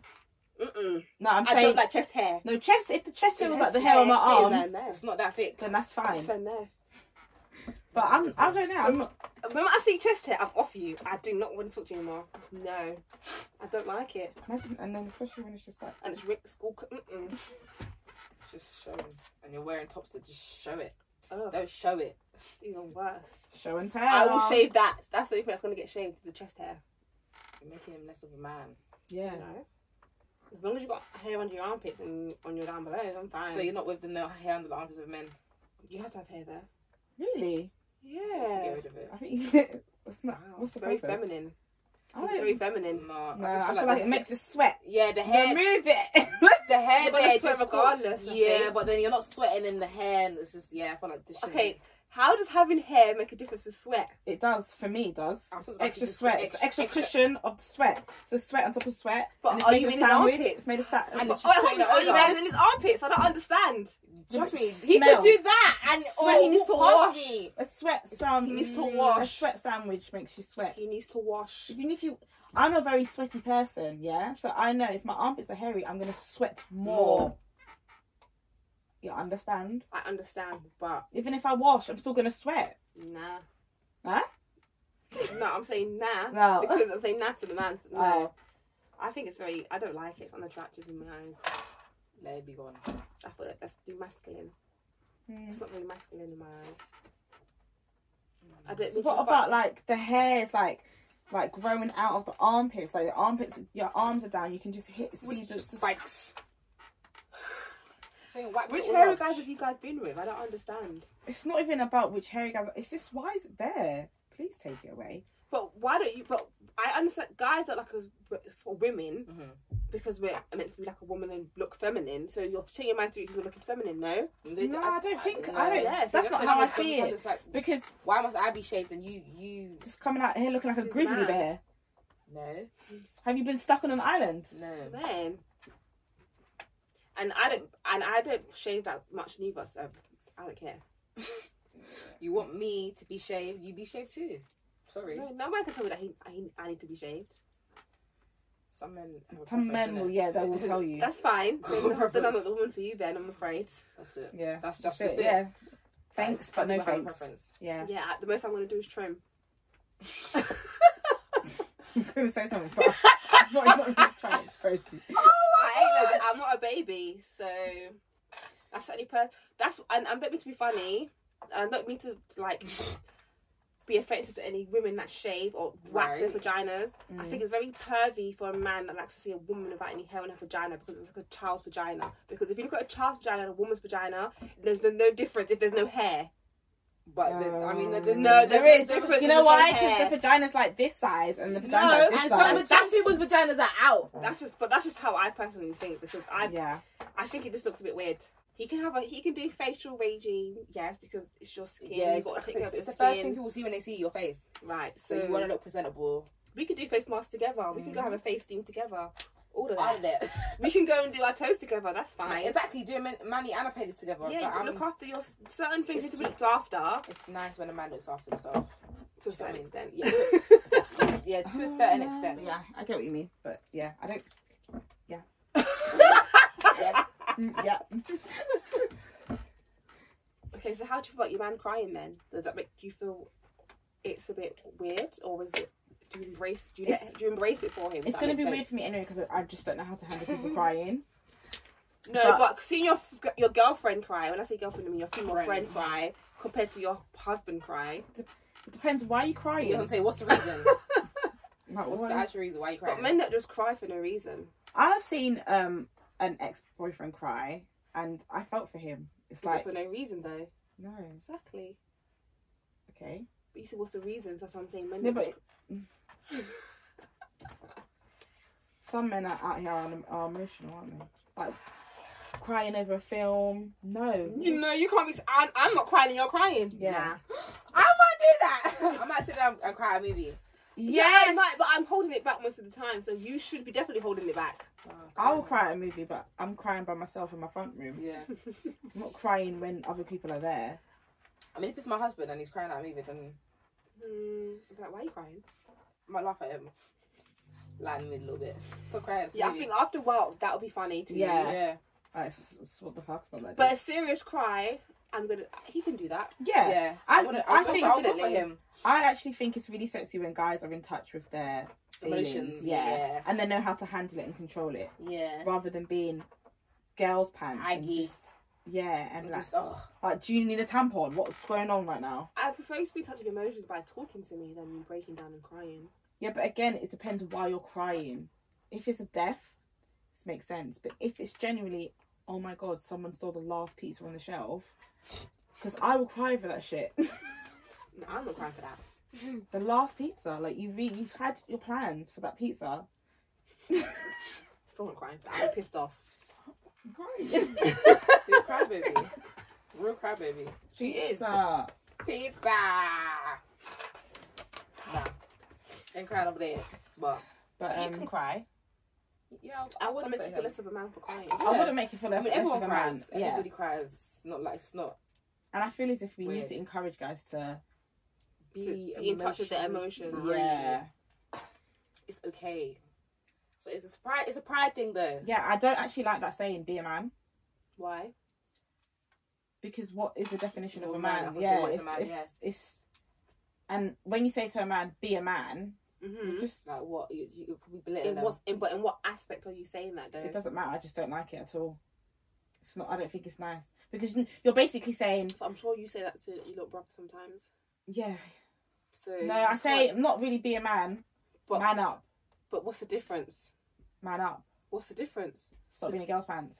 [SPEAKER 3] Mm-mm.
[SPEAKER 2] No, I'm
[SPEAKER 3] I
[SPEAKER 2] saying
[SPEAKER 3] don't like chest hair.
[SPEAKER 2] no chest. If the chest hair was like the
[SPEAKER 3] Chest
[SPEAKER 2] hair on my
[SPEAKER 3] hair,
[SPEAKER 2] arms,
[SPEAKER 3] no, no.
[SPEAKER 4] it's not that thick.
[SPEAKER 2] then that's fine.
[SPEAKER 3] So no.
[SPEAKER 2] But I'm, I don't know. I'm not,
[SPEAKER 3] When I see chest hair, I'm off you. I do not want to talk to you anymore. No. I don't like it.
[SPEAKER 2] imagine, and then especially when it's just like
[SPEAKER 3] And it's Rick school. co- Mm-mm.
[SPEAKER 4] Just show it. And you're wearing tops that just show it.
[SPEAKER 3] Oh,
[SPEAKER 4] Don't show it.
[SPEAKER 3] even worse.
[SPEAKER 2] show and tell.
[SPEAKER 3] I will shave that. That's the only thing that's going to get shaved is the chest hair.
[SPEAKER 4] You're making him less of a man.
[SPEAKER 2] Yeah.
[SPEAKER 3] No. As long as you've got hair under your armpits and on your down below, I'm fine.
[SPEAKER 4] So you're not with the no hair under the arms of men.
[SPEAKER 3] you have to have hair there.
[SPEAKER 2] Really?
[SPEAKER 4] Get
[SPEAKER 3] Yeah.
[SPEAKER 4] rid of it.
[SPEAKER 2] I think that's not.
[SPEAKER 3] Wow.
[SPEAKER 2] What's the
[SPEAKER 3] very
[SPEAKER 2] purpose?
[SPEAKER 3] feminine.
[SPEAKER 2] I
[SPEAKER 3] It's
[SPEAKER 2] don't-
[SPEAKER 3] very
[SPEAKER 4] No,
[SPEAKER 3] feminine.
[SPEAKER 2] No,
[SPEAKER 4] I just
[SPEAKER 2] I
[SPEAKER 4] feel
[SPEAKER 2] feel
[SPEAKER 4] like,
[SPEAKER 2] like
[SPEAKER 4] the-
[SPEAKER 2] it makes us sweat.
[SPEAKER 4] Yeah, the hair.
[SPEAKER 2] Remove it.
[SPEAKER 4] The hair
[SPEAKER 3] You're gonna
[SPEAKER 4] there
[SPEAKER 3] sweat
[SPEAKER 4] just got-
[SPEAKER 3] regardless, I
[SPEAKER 4] Yeah,
[SPEAKER 3] think.
[SPEAKER 4] but then you're not sweating in the hair, and it's just yeah. I feel like the
[SPEAKER 3] Okay, how does having hair make a difference with sweat?
[SPEAKER 2] It does for me. It does
[SPEAKER 4] I feel like
[SPEAKER 2] extra
[SPEAKER 4] you just
[SPEAKER 2] sweat.
[SPEAKER 4] put
[SPEAKER 2] It's the
[SPEAKER 4] extra-
[SPEAKER 2] extra cushion of the sweat. So sweat on top of sweat.
[SPEAKER 3] But
[SPEAKER 2] and it's
[SPEAKER 3] are
[SPEAKER 2] made
[SPEAKER 3] you
[SPEAKER 2] a
[SPEAKER 3] in his
[SPEAKER 2] sandwich.
[SPEAKER 3] armpits?
[SPEAKER 2] It's made a sa-
[SPEAKER 4] And it's
[SPEAKER 3] Oh,
[SPEAKER 4] just
[SPEAKER 3] I
[SPEAKER 4] putting
[SPEAKER 3] hope
[SPEAKER 4] it
[SPEAKER 3] he's
[SPEAKER 4] over.
[SPEAKER 3] not in his armpits. I don't understand.
[SPEAKER 4] Trust me,
[SPEAKER 2] Smell.
[SPEAKER 4] he could do that, and
[SPEAKER 3] Smell.
[SPEAKER 4] oh, he needs to wash. Me.
[SPEAKER 2] a sweat sandwich.
[SPEAKER 3] He needs to
[SPEAKER 2] A
[SPEAKER 3] wash.
[SPEAKER 2] sweat sandwich makes you sweat.
[SPEAKER 3] He needs to wash.
[SPEAKER 2] Even if you, I'm a very sweaty person. Yeah, so I know if my armpits are hairy, I'm gonna sweat more.
[SPEAKER 4] More.
[SPEAKER 2] You understand?
[SPEAKER 3] I understand, but
[SPEAKER 2] Even if I wash, I'm still gonna sweat.
[SPEAKER 3] nah.
[SPEAKER 2] Huh?
[SPEAKER 3] No, I'm saying nah.
[SPEAKER 2] No.
[SPEAKER 3] Because I'm saying nah to the man. No.
[SPEAKER 2] Oh.
[SPEAKER 3] I think it's very, I don't like it. It's unattractive in my eyes.
[SPEAKER 4] Let it be gone.
[SPEAKER 3] I feel like that's too masculine.
[SPEAKER 2] Hmm.
[SPEAKER 3] It's not really masculine in my eyes. I
[SPEAKER 2] Hmm.
[SPEAKER 3] don't
[SPEAKER 2] So
[SPEAKER 3] mean to
[SPEAKER 2] what
[SPEAKER 3] be
[SPEAKER 2] about like the hairs like like growing out of the armpits? Like the armpits, your arms are down. You can just hit
[SPEAKER 3] Which
[SPEAKER 2] see the
[SPEAKER 3] spikes.
[SPEAKER 4] So he wipes
[SPEAKER 3] Which
[SPEAKER 4] it all
[SPEAKER 3] hair
[SPEAKER 4] off.
[SPEAKER 3] guys have you guys been with? I don't understand.
[SPEAKER 2] It's not even about which hair you guys. It's just why is it there? Please take it away.
[SPEAKER 3] But why don't you? But I understand guys that like us it's for women
[SPEAKER 4] Mhm.
[SPEAKER 3] because we're meant to be like a woman and look feminine. So you're saying your man to because you're looking feminine, no?
[SPEAKER 4] They-
[SPEAKER 2] No, I don't think-
[SPEAKER 4] know.
[SPEAKER 2] I don't-
[SPEAKER 3] Yes,
[SPEAKER 2] that's
[SPEAKER 3] you
[SPEAKER 2] not
[SPEAKER 3] have to
[SPEAKER 2] how I
[SPEAKER 3] look
[SPEAKER 4] Sometimes
[SPEAKER 2] see it.
[SPEAKER 4] It's like,
[SPEAKER 2] Because
[SPEAKER 4] why must I be shaved and you you
[SPEAKER 2] just coming out here looking like a
[SPEAKER 3] This is
[SPEAKER 2] grizzly
[SPEAKER 3] mad.
[SPEAKER 2] bear.
[SPEAKER 4] no
[SPEAKER 2] Have you been stuck on an island?
[SPEAKER 4] no.
[SPEAKER 3] Man. And I don't. And I don't shave that much neither. So I don't care.
[SPEAKER 4] You want me to be shaved, you be shaved too. Sorry.
[SPEAKER 3] No, no man can tell me that he, I, I need to be shaved.
[SPEAKER 4] Some men have a
[SPEAKER 2] Some
[SPEAKER 4] preference,
[SPEAKER 2] men will,
[SPEAKER 4] innit?
[SPEAKER 2] yeah, they will tell you.
[SPEAKER 3] That's fine. Then
[SPEAKER 4] Cool.
[SPEAKER 3] then I'm not the woman for you. Then I'm afraid.
[SPEAKER 4] That's it.
[SPEAKER 2] yeah.
[SPEAKER 4] That's just,
[SPEAKER 2] So,
[SPEAKER 4] just it.
[SPEAKER 2] yeah. Thanks,
[SPEAKER 4] Some
[SPEAKER 2] but no
[SPEAKER 4] people have a
[SPEAKER 2] thanks.
[SPEAKER 4] preference.
[SPEAKER 2] Yeah.
[SPEAKER 3] Yeah. at the most I'm gonna do is trim.
[SPEAKER 2] I'm going to say something, but I'm not, I'm not even trying to expose you.
[SPEAKER 3] Oh, I ain't no, I'm not a baby, so that's any per. That's and I don't mean to be funny. and I don't mean to like be offensive to any women that shave or wax their
[SPEAKER 4] Right. Mm.
[SPEAKER 3] vaginas. I think it's very pervy for a man that likes to see a woman without any hair on her vagina because it's like a child's vagina. Because if you look at a child's vagina and a woman's vagina, there's no- no difference if there's no hair.
[SPEAKER 4] But the, I mean, the, the,
[SPEAKER 2] no, Um, there is.
[SPEAKER 3] difference
[SPEAKER 2] You
[SPEAKER 3] in
[SPEAKER 2] know
[SPEAKER 3] the
[SPEAKER 2] why?
[SPEAKER 3] hair.
[SPEAKER 2] Because the vagina's like this size and the vagina's
[SPEAKER 3] No,
[SPEAKER 2] like this
[SPEAKER 4] And
[SPEAKER 2] size.
[SPEAKER 4] some, of- some people's vaginas are out.
[SPEAKER 3] That's just, but that's just how I personally think because I,
[SPEAKER 2] yeah.
[SPEAKER 3] I think it just looks a bit weird. He can have a, he can do facial regime, yes, because it's your skin.
[SPEAKER 4] Yeah,
[SPEAKER 3] you got to
[SPEAKER 4] it's,
[SPEAKER 3] take care of your
[SPEAKER 4] it's the first thing
[SPEAKER 3] skin.
[SPEAKER 4] people see when they see your face.
[SPEAKER 3] Right,
[SPEAKER 4] So
[SPEAKER 3] so
[SPEAKER 4] you want to look presentable.
[SPEAKER 3] we could do face masks together. We can go have a face steam together. All of
[SPEAKER 4] Out of
[SPEAKER 3] that.
[SPEAKER 4] there.
[SPEAKER 3] We can go and do our toes together. That's fine.
[SPEAKER 4] exactly. Doing man- Manny and I paid it together.
[SPEAKER 3] Yeah, you
[SPEAKER 4] but
[SPEAKER 3] can
[SPEAKER 4] I'm-
[SPEAKER 3] look after your certain things need
[SPEAKER 4] It's
[SPEAKER 3] to be looked after
[SPEAKER 4] it's nice when a man looks after himself.
[SPEAKER 3] to a certain
[SPEAKER 4] mean,
[SPEAKER 3] extent.
[SPEAKER 4] yeah. Oh, Yeah, to a certain extent.
[SPEAKER 2] Yeah, I get what you mean, but yeah, I don't.
[SPEAKER 4] Yeah.
[SPEAKER 2] Mm, Yeah.
[SPEAKER 3] Okay, so how do you feel about your man crying then? Does that make do you feel it's a bit weird, or is it? Do you embrace? Do you, let-
[SPEAKER 2] It's-
[SPEAKER 3] do you embrace it for him?
[SPEAKER 2] It's going to be weird for me anyway because I just don't know how to handle people crying.
[SPEAKER 3] weird. No, but, seeing your f- your girlfriend cry. When I say girlfriend, I mean your female
[SPEAKER 4] Friend.
[SPEAKER 3] friend, cry compared to your husband cry.
[SPEAKER 2] It depends why you crying.
[SPEAKER 4] He doesn't say what's the reason.
[SPEAKER 2] Like,
[SPEAKER 4] What's
[SPEAKER 2] why-
[SPEAKER 4] the actual reason why you crying?
[SPEAKER 3] But men that just cry for no reason.
[SPEAKER 2] I've seen um an ex boyfriend cry, and I felt for him. It's
[SPEAKER 3] Is
[SPEAKER 2] like
[SPEAKER 3] it for no reason though?
[SPEAKER 2] no,
[SPEAKER 3] Exactly.
[SPEAKER 2] okay.
[SPEAKER 3] But you said what's the reason? So that's what I'm saying. Men
[SPEAKER 2] No,
[SPEAKER 3] that
[SPEAKER 2] but
[SPEAKER 3] just-
[SPEAKER 2] some men are out here are, are emotional, aren't they? Like crying over a film. No.
[SPEAKER 3] you know you can't be. I'm, I'm not crying and you're crying.
[SPEAKER 2] Yeah.
[SPEAKER 4] I might do that. I might sit down and cry at a movie.
[SPEAKER 3] Yeah, I might, but I'm holding it back most of the time, so you should be definitely holding it back.
[SPEAKER 2] I will cry at a movie, but I'm crying by myself in my front room.
[SPEAKER 4] Yeah.
[SPEAKER 3] Hmm,
[SPEAKER 2] I'm not crying when other people are there.
[SPEAKER 4] I mean, if it's my husband and he's crying at a movie, then
[SPEAKER 3] Mm, like, why are you crying?
[SPEAKER 4] I might laugh at him. Lie in the middle a little bit. Still crying. it's a
[SPEAKER 3] Yeah, I
[SPEAKER 4] movie.
[SPEAKER 3] think after a while that'll be funny to
[SPEAKER 2] Yeah.
[SPEAKER 3] you.
[SPEAKER 4] Yeah.
[SPEAKER 2] Like, it's, it's what the fuck's not like.
[SPEAKER 3] But
[SPEAKER 2] that.
[SPEAKER 3] a serious cry, I'm gonna. He can do that.
[SPEAKER 2] yeah,
[SPEAKER 4] Yeah.
[SPEAKER 2] I-
[SPEAKER 4] wouldn't-
[SPEAKER 2] I
[SPEAKER 4] I'll go
[SPEAKER 2] think
[SPEAKER 4] for- I'll go for
[SPEAKER 3] definitely.
[SPEAKER 4] him.
[SPEAKER 2] I actually think it's really sexy when guys are in touch with their feelings,
[SPEAKER 4] Emotions,
[SPEAKER 2] yeah,
[SPEAKER 4] yes.
[SPEAKER 2] and they know how to handle it and control it,
[SPEAKER 4] Yeah.
[SPEAKER 2] rather than being girls' pants. and
[SPEAKER 4] Aggie.
[SPEAKER 2] just- yeah, and
[SPEAKER 4] I'm
[SPEAKER 2] like,
[SPEAKER 4] just, oh.
[SPEAKER 2] like, do you need a tampon? What's going on right now?
[SPEAKER 3] I prefer you to be touching emotions by talking to me than you breaking down and crying.
[SPEAKER 2] Yeah, but again, it depends why you're crying. If it's a death, this makes sense. But if it's genuinely, oh my god, someone stole the last pizza on the shelf, because I will cry for that shit.
[SPEAKER 3] No, I'm not crying for that.
[SPEAKER 2] the last pizza, like you re- you've had your plans for that pizza.
[SPEAKER 3] Still not crying for that. I'm pissed off.
[SPEAKER 2] Crying.
[SPEAKER 4] Real crybaby. Real crybaby.
[SPEAKER 2] she is. Uh,
[SPEAKER 4] Pizza. Nah. Ain't crying over there. But
[SPEAKER 2] but
[SPEAKER 4] you can
[SPEAKER 2] um,
[SPEAKER 4] cry. Yeah, I'll,
[SPEAKER 3] I wouldn't Oh. make you feel
[SPEAKER 4] him.
[SPEAKER 3] less of a man for crying.
[SPEAKER 2] I wouldn't make you feel
[SPEAKER 4] I
[SPEAKER 2] like
[SPEAKER 4] mean, everyone
[SPEAKER 2] of a man.
[SPEAKER 4] cries.
[SPEAKER 2] Yeah,
[SPEAKER 4] Everybody cries. It's not like it's not.
[SPEAKER 2] and I feel as if we need
[SPEAKER 4] Weird.
[SPEAKER 2] to encourage guys to
[SPEAKER 3] To be in touch with their emotions.
[SPEAKER 4] free.
[SPEAKER 2] yeah
[SPEAKER 4] It's okay. So it's a pride. It's a pride thing though.
[SPEAKER 2] yeah. I don't actually like that saying "be a man"
[SPEAKER 3] Why?
[SPEAKER 2] because what is the definition of
[SPEAKER 4] Well,
[SPEAKER 2] a
[SPEAKER 4] man,
[SPEAKER 2] man?
[SPEAKER 4] I would say
[SPEAKER 2] Yeah,
[SPEAKER 4] what's a
[SPEAKER 2] it's,
[SPEAKER 4] man,
[SPEAKER 2] it's, it's and when you say to a man, "Be a man,"
[SPEAKER 3] Mm-hmm.
[SPEAKER 2] just
[SPEAKER 4] Like what you, you- you're probably
[SPEAKER 3] In
[SPEAKER 4] belittling them.
[SPEAKER 3] what? In, but in what aspect are you saying that though?
[SPEAKER 2] um, it doesn't matter. I just don't like it at all. It's not. I don't think it's nice because you're basically saying,
[SPEAKER 3] But I'm sure you say that to your little brother sometimes.
[SPEAKER 2] yeah.
[SPEAKER 3] So
[SPEAKER 2] No, I
[SPEAKER 3] you
[SPEAKER 2] say
[SPEAKER 3] can't-
[SPEAKER 2] not really be a man.
[SPEAKER 3] But,
[SPEAKER 2] man up,
[SPEAKER 3] but what's the difference?
[SPEAKER 2] man up.
[SPEAKER 3] What's the difference?
[SPEAKER 2] Stop being a girl's pants.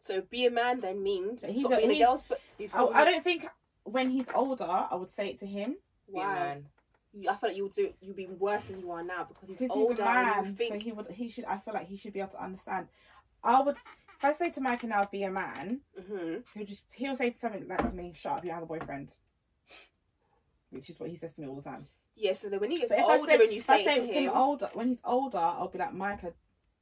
[SPEAKER 3] So be a man then means
[SPEAKER 2] So he's
[SPEAKER 3] stop
[SPEAKER 2] a-
[SPEAKER 3] being a
[SPEAKER 2] he's-
[SPEAKER 3] girl's. But
[SPEAKER 4] He's
[SPEAKER 2] I,
[SPEAKER 4] probably
[SPEAKER 2] I don't think when he's older, I would say it to him.
[SPEAKER 4] being a
[SPEAKER 3] why?
[SPEAKER 4] man.
[SPEAKER 3] You- I feel like you would do. You'd be worse than you are now because he's
[SPEAKER 2] because
[SPEAKER 3] older.
[SPEAKER 2] he's a man,
[SPEAKER 3] and you think
[SPEAKER 2] so he would he should I feel like he should be able to understand. I would if I say to Mike and I'll be a man,
[SPEAKER 3] Mhm.
[SPEAKER 2] he'll just he'll say something like to me, Shut up, you have a boyfriend. Which is what he says to me all the time.
[SPEAKER 3] Yeah. So then when he gets
[SPEAKER 2] But if I
[SPEAKER 3] older
[SPEAKER 2] say,
[SPEAKER 3] and you
[SPEAKER 2] if I
[SPEAKER 3] say,
[SPEAKER 2] say
[SPEAKER 3] it to
[SPEAKER 2] him
[SPEAKER 3] him,
[SPEAKER 2] older when he's older, I'll be like, Micah,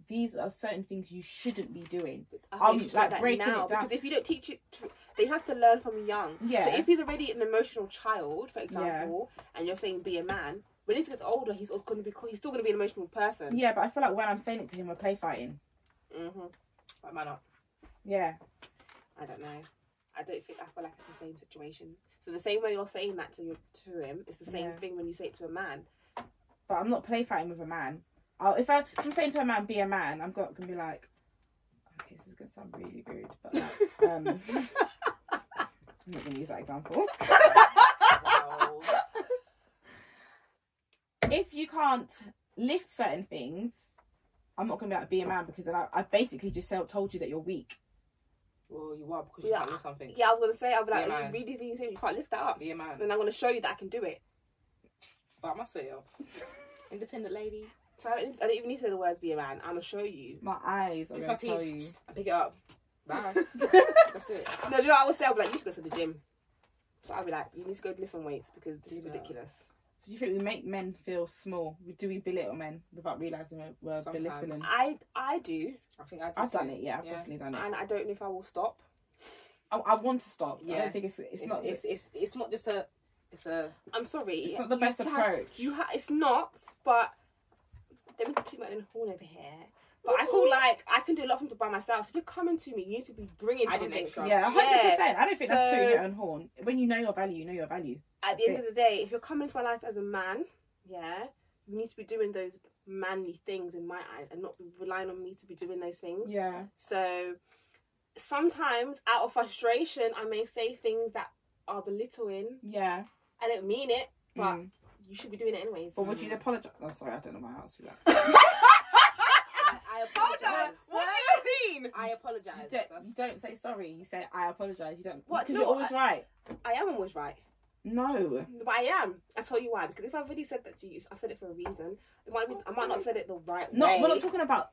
[SPEAKER 2] these are certain things you shouldn't be doing.
[SPEAKER 3] I think
[SPEAKER 2] I'm,
[SPEAKER 3] you should say
[SPEAKER 2] like,
[SPEAKER 3] that
[SPEAKER 2] breaking
[SPEAKER 3] now
[SPEAKER 2] it down.
[SPEAKER 3] because if you don't teach it, to, they have to learn from young.
[SPEAKER 2] Yeah.
[SPEAKER 3] So if he's already an emotional child, for example, and you're saying be a man, when he gets older, he's also going to be he's still going to be an emotional person.
[SPEAKER 2] Yeah, but I feel like when I'm saying it to him, we're play fighting.
[SPEAKER 3] Mm-hmm. But might not.
[SPEAKER 2] Yeah.
[SPEAKER 3] I don't know. I don't think I feel like it's the same situation. So the same way you're saying that to your, to him, it's the same
[SPEAKER 2] Yeah.
[SPEAKER 3] thing when you say it to a man.
[SPEAKER 2] But I'm not play fighting with a man. I'll, if, I, if I'm saying to a man, be a man, I'm going to be like, okay, this is going to sound really rude, but like, um, I'm not going to use that example. if you can't lift certain things, I'm not going to be like, be a man because then I, I basically just tell- told you that you're weak.
[SPEAKER 4] Well, you are because you
[SPEAKER 3] Yeah,
[SPEAKER 4] can't do something.
[SPEAKER 3] yeah, I was going to say, I'll be like,
[SPEAKER 4] Yeah,
[SPEAKER 3] "Are
[SPEAKER 4] man.
[SPEAKER 3] you really think you say you can't lift that up?
[SPEAKER 4] Be a man.
[SPEAKER 3] Then I'm going to show you that I can do it.
[SPEAKER 4] But I must say, yo, independent lady.
[SPEAKER 3] So I don't, I don't even need to say the words be a man. I'm going to show you.
[SPEAKER 2] My eyes are
[SPEAKER 4] It's
[SPEAKER 2] going
[SPEAKER 4] my
[SPEAKER 2] to tell you.
[SPEAKER 4] teeth. I pick it up. Bye. That's it.
[SPEAKER 3] No, do you know what I would say? I'll be like, you need to go to the gym. So I'll be like, you need to go lift some weights because this
[SPEAKER 4] Do
[SPEAKER 3] is
[SPEAKER 4] that.
[SPEAKER 3] ridiculous.
[SPEAKER 2] Do you think we make men feel small? Do we belittle men without realizing we're, we're
[SPEAKER 4] Sometimes.
[SPEAKER 2] belittling?
[SPEAKER 3] I I do,
[SPEAKER 4] I think I do
[SPEAKER 2] I've done
[SPEAKER 4] too.
[SPEAKER 2] it, yeah. I've
[SPEAKER 4] Yeah.
[SPEAKER 2] definitely done it.
[SPEAKER 3] and I don't know if I will stop.
[SPEAKER 2] I, I want to stop. I
[SPEAKER 4] Yeah.
[SPEAKER 2] don't think it's it's,
[SPEAKER 4] It's,
[SPEAKER 2] not
[SPEAKER 4] It's, it's it's not just a. It's a.
[SPEAKER 3] I'm sorry.
[SPEAKER 2] It's not the best
[SPEAKER 3] have-
[SPEAKER 2] approach.
[SPEAKER 3] you ha- it's not, but let me toot my own horn over here. But I feel like I can do a lot of things by myself. So if you're coming to me, you need to be bringing
[SPEAKER 4] I did
[SPEAKER 3] something.
[SPEAKER 4] extra.
[SPEAKER 2] yeah, hundred percent. I don't think that's
[SPEAKER 3] so-
[SPEAKER 2] tooting your own horn. When you know your value, you know your value.
[SPEAKER 3] At the
[SPEAKER 2] That's
[SPEAKER 3] end of the day, if you're coming to my life as a man, yeah, you need to be doing those manly things in my eyes, and not relying on me to be doing those things.
[SPEAKER 2] Yeah,
[SPEAKER 3] So sometimes, out of frustration, I may say things that are belittling.
[SPEAKER 2] yeah.
[SPEAKER 3] I don't mean it, but
[SPEAKER 2] Mm.
[SPEAKER 3] you should be doing it anyways.
[SPEAKER 2] But would you apologize? Oh, sorry, I don't know why I asked you that.
[SPEAKER 4] I, I apologize.
[SPEAKER 3] What do you mean?
[SPEAKER 4] I apologize.
[SPEAKER 2] You don't,
[SPEAKER 4] That's-
[SPEAKER 2] you don't say sorry. You say I apologize. You don't
[SPEAKER 3] What?
[SPEAKER 2] because
[SPEAKER 3] No,
[SPEAKER 2] you're always right.
[SPEAKER 3] I am always right.
[SPEAKER 2] No,
[SPEAKER 3] But I am. I tell you why. Because if I've really said that to you, I've said it for a reason. It might be, I might not have said it the right
[SPEAKER 2] not
[SPEAKER 3] way.
[SPEAKER 2] we're not talking about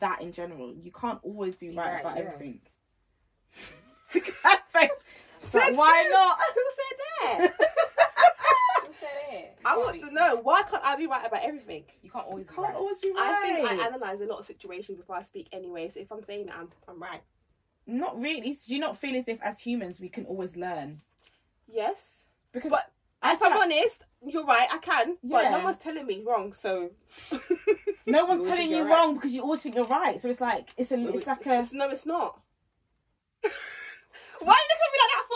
[SPEAKER 2] that in general. You can't always be
[SPEAKER 4] Be
[SPEAKER 2] right,
[SPEAKER 4] right,
[SPEAKER 2] about
[SPEAKER 4] yeah.
[SPEAKER 2] everything. Perfect. It's like, why not?
[SPEAKER 3] Who said that?
[SPEAKER 4] Who said it?
[SPEAKER 3] I
[SPEAKER 4] You
[SPEAKER 3] want
[SPEAKER 4] can't
[SPEAKER 3] to
[SPEAKER 4] be-
[SPEAKER 3] know. Why can't I be right about everything?
[SPEAKER 4] You can't always. be
[SPEAKER 2] Can't
[SPEAKER 4] right.
[SPEAKER 2] always be right.
[SPEAKER 3] I think I analyze a lot of situations before I speak anyway. So if I'm saying that, I'm, I'm right.
[SPEAKER 2] Not really. Do you not feel as if as humans we can always learn?
[SPEAKER 3] Yes.
[SPEAKER 2] Because
[SPEAKER 3] But
[SPEAKER 2] I
[SPEAKER 3] If
[SPEAKER 2] feel
[SPEAKER 3] I'm
[SPEAKER 2] like-
[SPEAKER 3] honest, you're right. I can. But no
[SPEAKER 2] Yeah.
[SPEAKER 3] one's telling me wrong. So
[SPEAKER 2] No
[SPEAKER 4] always
[SPEAKER 2] one's telling
[SPEAKER 4] think
[SPEAKER 2] you
[SPEAKER 4] you're
[SPEAKER 2] wrong because you always think you're right. So it's like it's a
[SPEAKER 4] We-
[SPEAKER 2] it's like
[SPEAKER 3] it's,
[SPEAKER 2] a
[SPEAKER 3] it's- no, it's not. why are you looking at me like that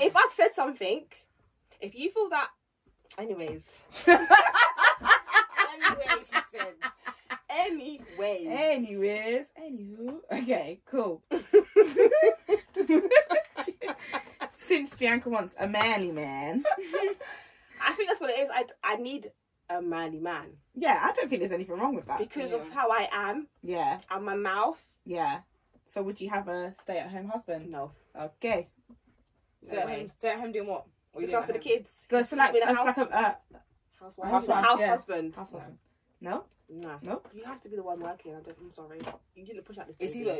[SPEAKER 3] for? If I've said something, if you feel that, anyways.
[SPEAKER 4] Anyway, she said.
[SPEAKER 3] Anyway.
[SPEAKER 2] anyways anywho okay cool. Since Bianca wants a manly man,
[SPEAKER 3] I think that's what it is. I, I need a manly man
[SPEAKER 2] yeah, I don't think there's anything wrong with that.
[SPEAKER 3] because of
[SPEAKER 4] Yeah.
[SPEAKER 3] how I am
[SPEAKER 2] Yeah,
[SPEAKER 3] and my mouth.
[SPEAKER 2] yeah. So would you have a stay-at-home husband?
[SPEAKER 3] No.
[SPEAKER 2] Okay,
[SPEAKER 4] Stay at home. Stay at home doing what? What you
[SPEAKER 3] Look
[SPEAKER 4] doing
[SPEAKER 3] after the
[SPEAKER 4] at home?
[SPEAKER 3] kids.
[SPEAKER 2] but it's like
[SPEAKER 3] With a
[SPEAKER 2] it's
[SPEAKER 3] house-
[SPEAKER 2] like a uh,
[SPEAKER 3] housewife.
[SPEAKER 2] Housewife,
[SPEAKER 3] house
[SPEAKER 2] yeah.
[SPEAKER 3] husband.
[SPEAKER 2] house husband. No,
[SPEAKER 3] Nah.
[SPEAKER 2] no.
[SPEAKER 3] You have to be the one working. I don't, I'm sorry. You didn't push out this
[SPEAKER 4] Is
[SPEAKER 3] baby.
[SPEAKER 4] he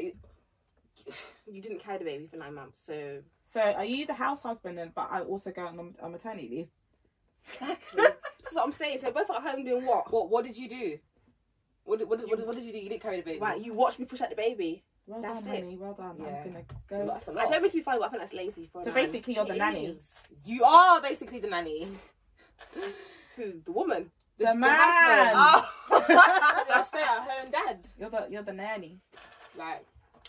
[SPEAKER 4] like?
[SPEAKER 3] You didn't carry the baby for nine months. So
[SPEAKER 2] So are you the house husband, and but I also go on, on maternity leave?
[SPEAKER 3] exactly. this is what I'm saying. So both at home doing what?
[SPEAKER 4] What? What did you do? What? Did, what, did, what, did, what did you do? You didn't carry the baby.
[SPEAKER 3] Right. You watched me push out the baby.
[SPEAKER 2] Well
[SPEAKER 3] That's
[SPEAKER 2] done,
[SPEAKER 3] it.
[SPEAKER 2] honey. Well done.
[SPEAKER 4] Yeah.
[SPEAKER 2] I'm gonna
[SPEAKER 4] Well,
[SPEAKER 2] go.
[SPEAKER 4] That's a
[SPEAKER 3] I
[SPEAKER 4] lot.
[SPEAKER 3] don't mean to be funny, but I think that's lazy. For a
[SPEAKER 2] So
[SPEAKER 3] man.
[SPEAKER 2] basically, you're the
[SPEAKER 4] It
[SPEAKER 2] nanny.
[SPEAKER 4] is. You are basically the nanny.
[SPEAKER 3] who the Ah. woman? Ah.
[SPEAKER 2] The,
[SPEAKER 4] husband.
[SPEAKER 2] man.
[SPEAKER 4] Oh, the stay-at-home dad.
[SPEAKER 2] You're the you're the nanny.
[SPEAKER 4] Like,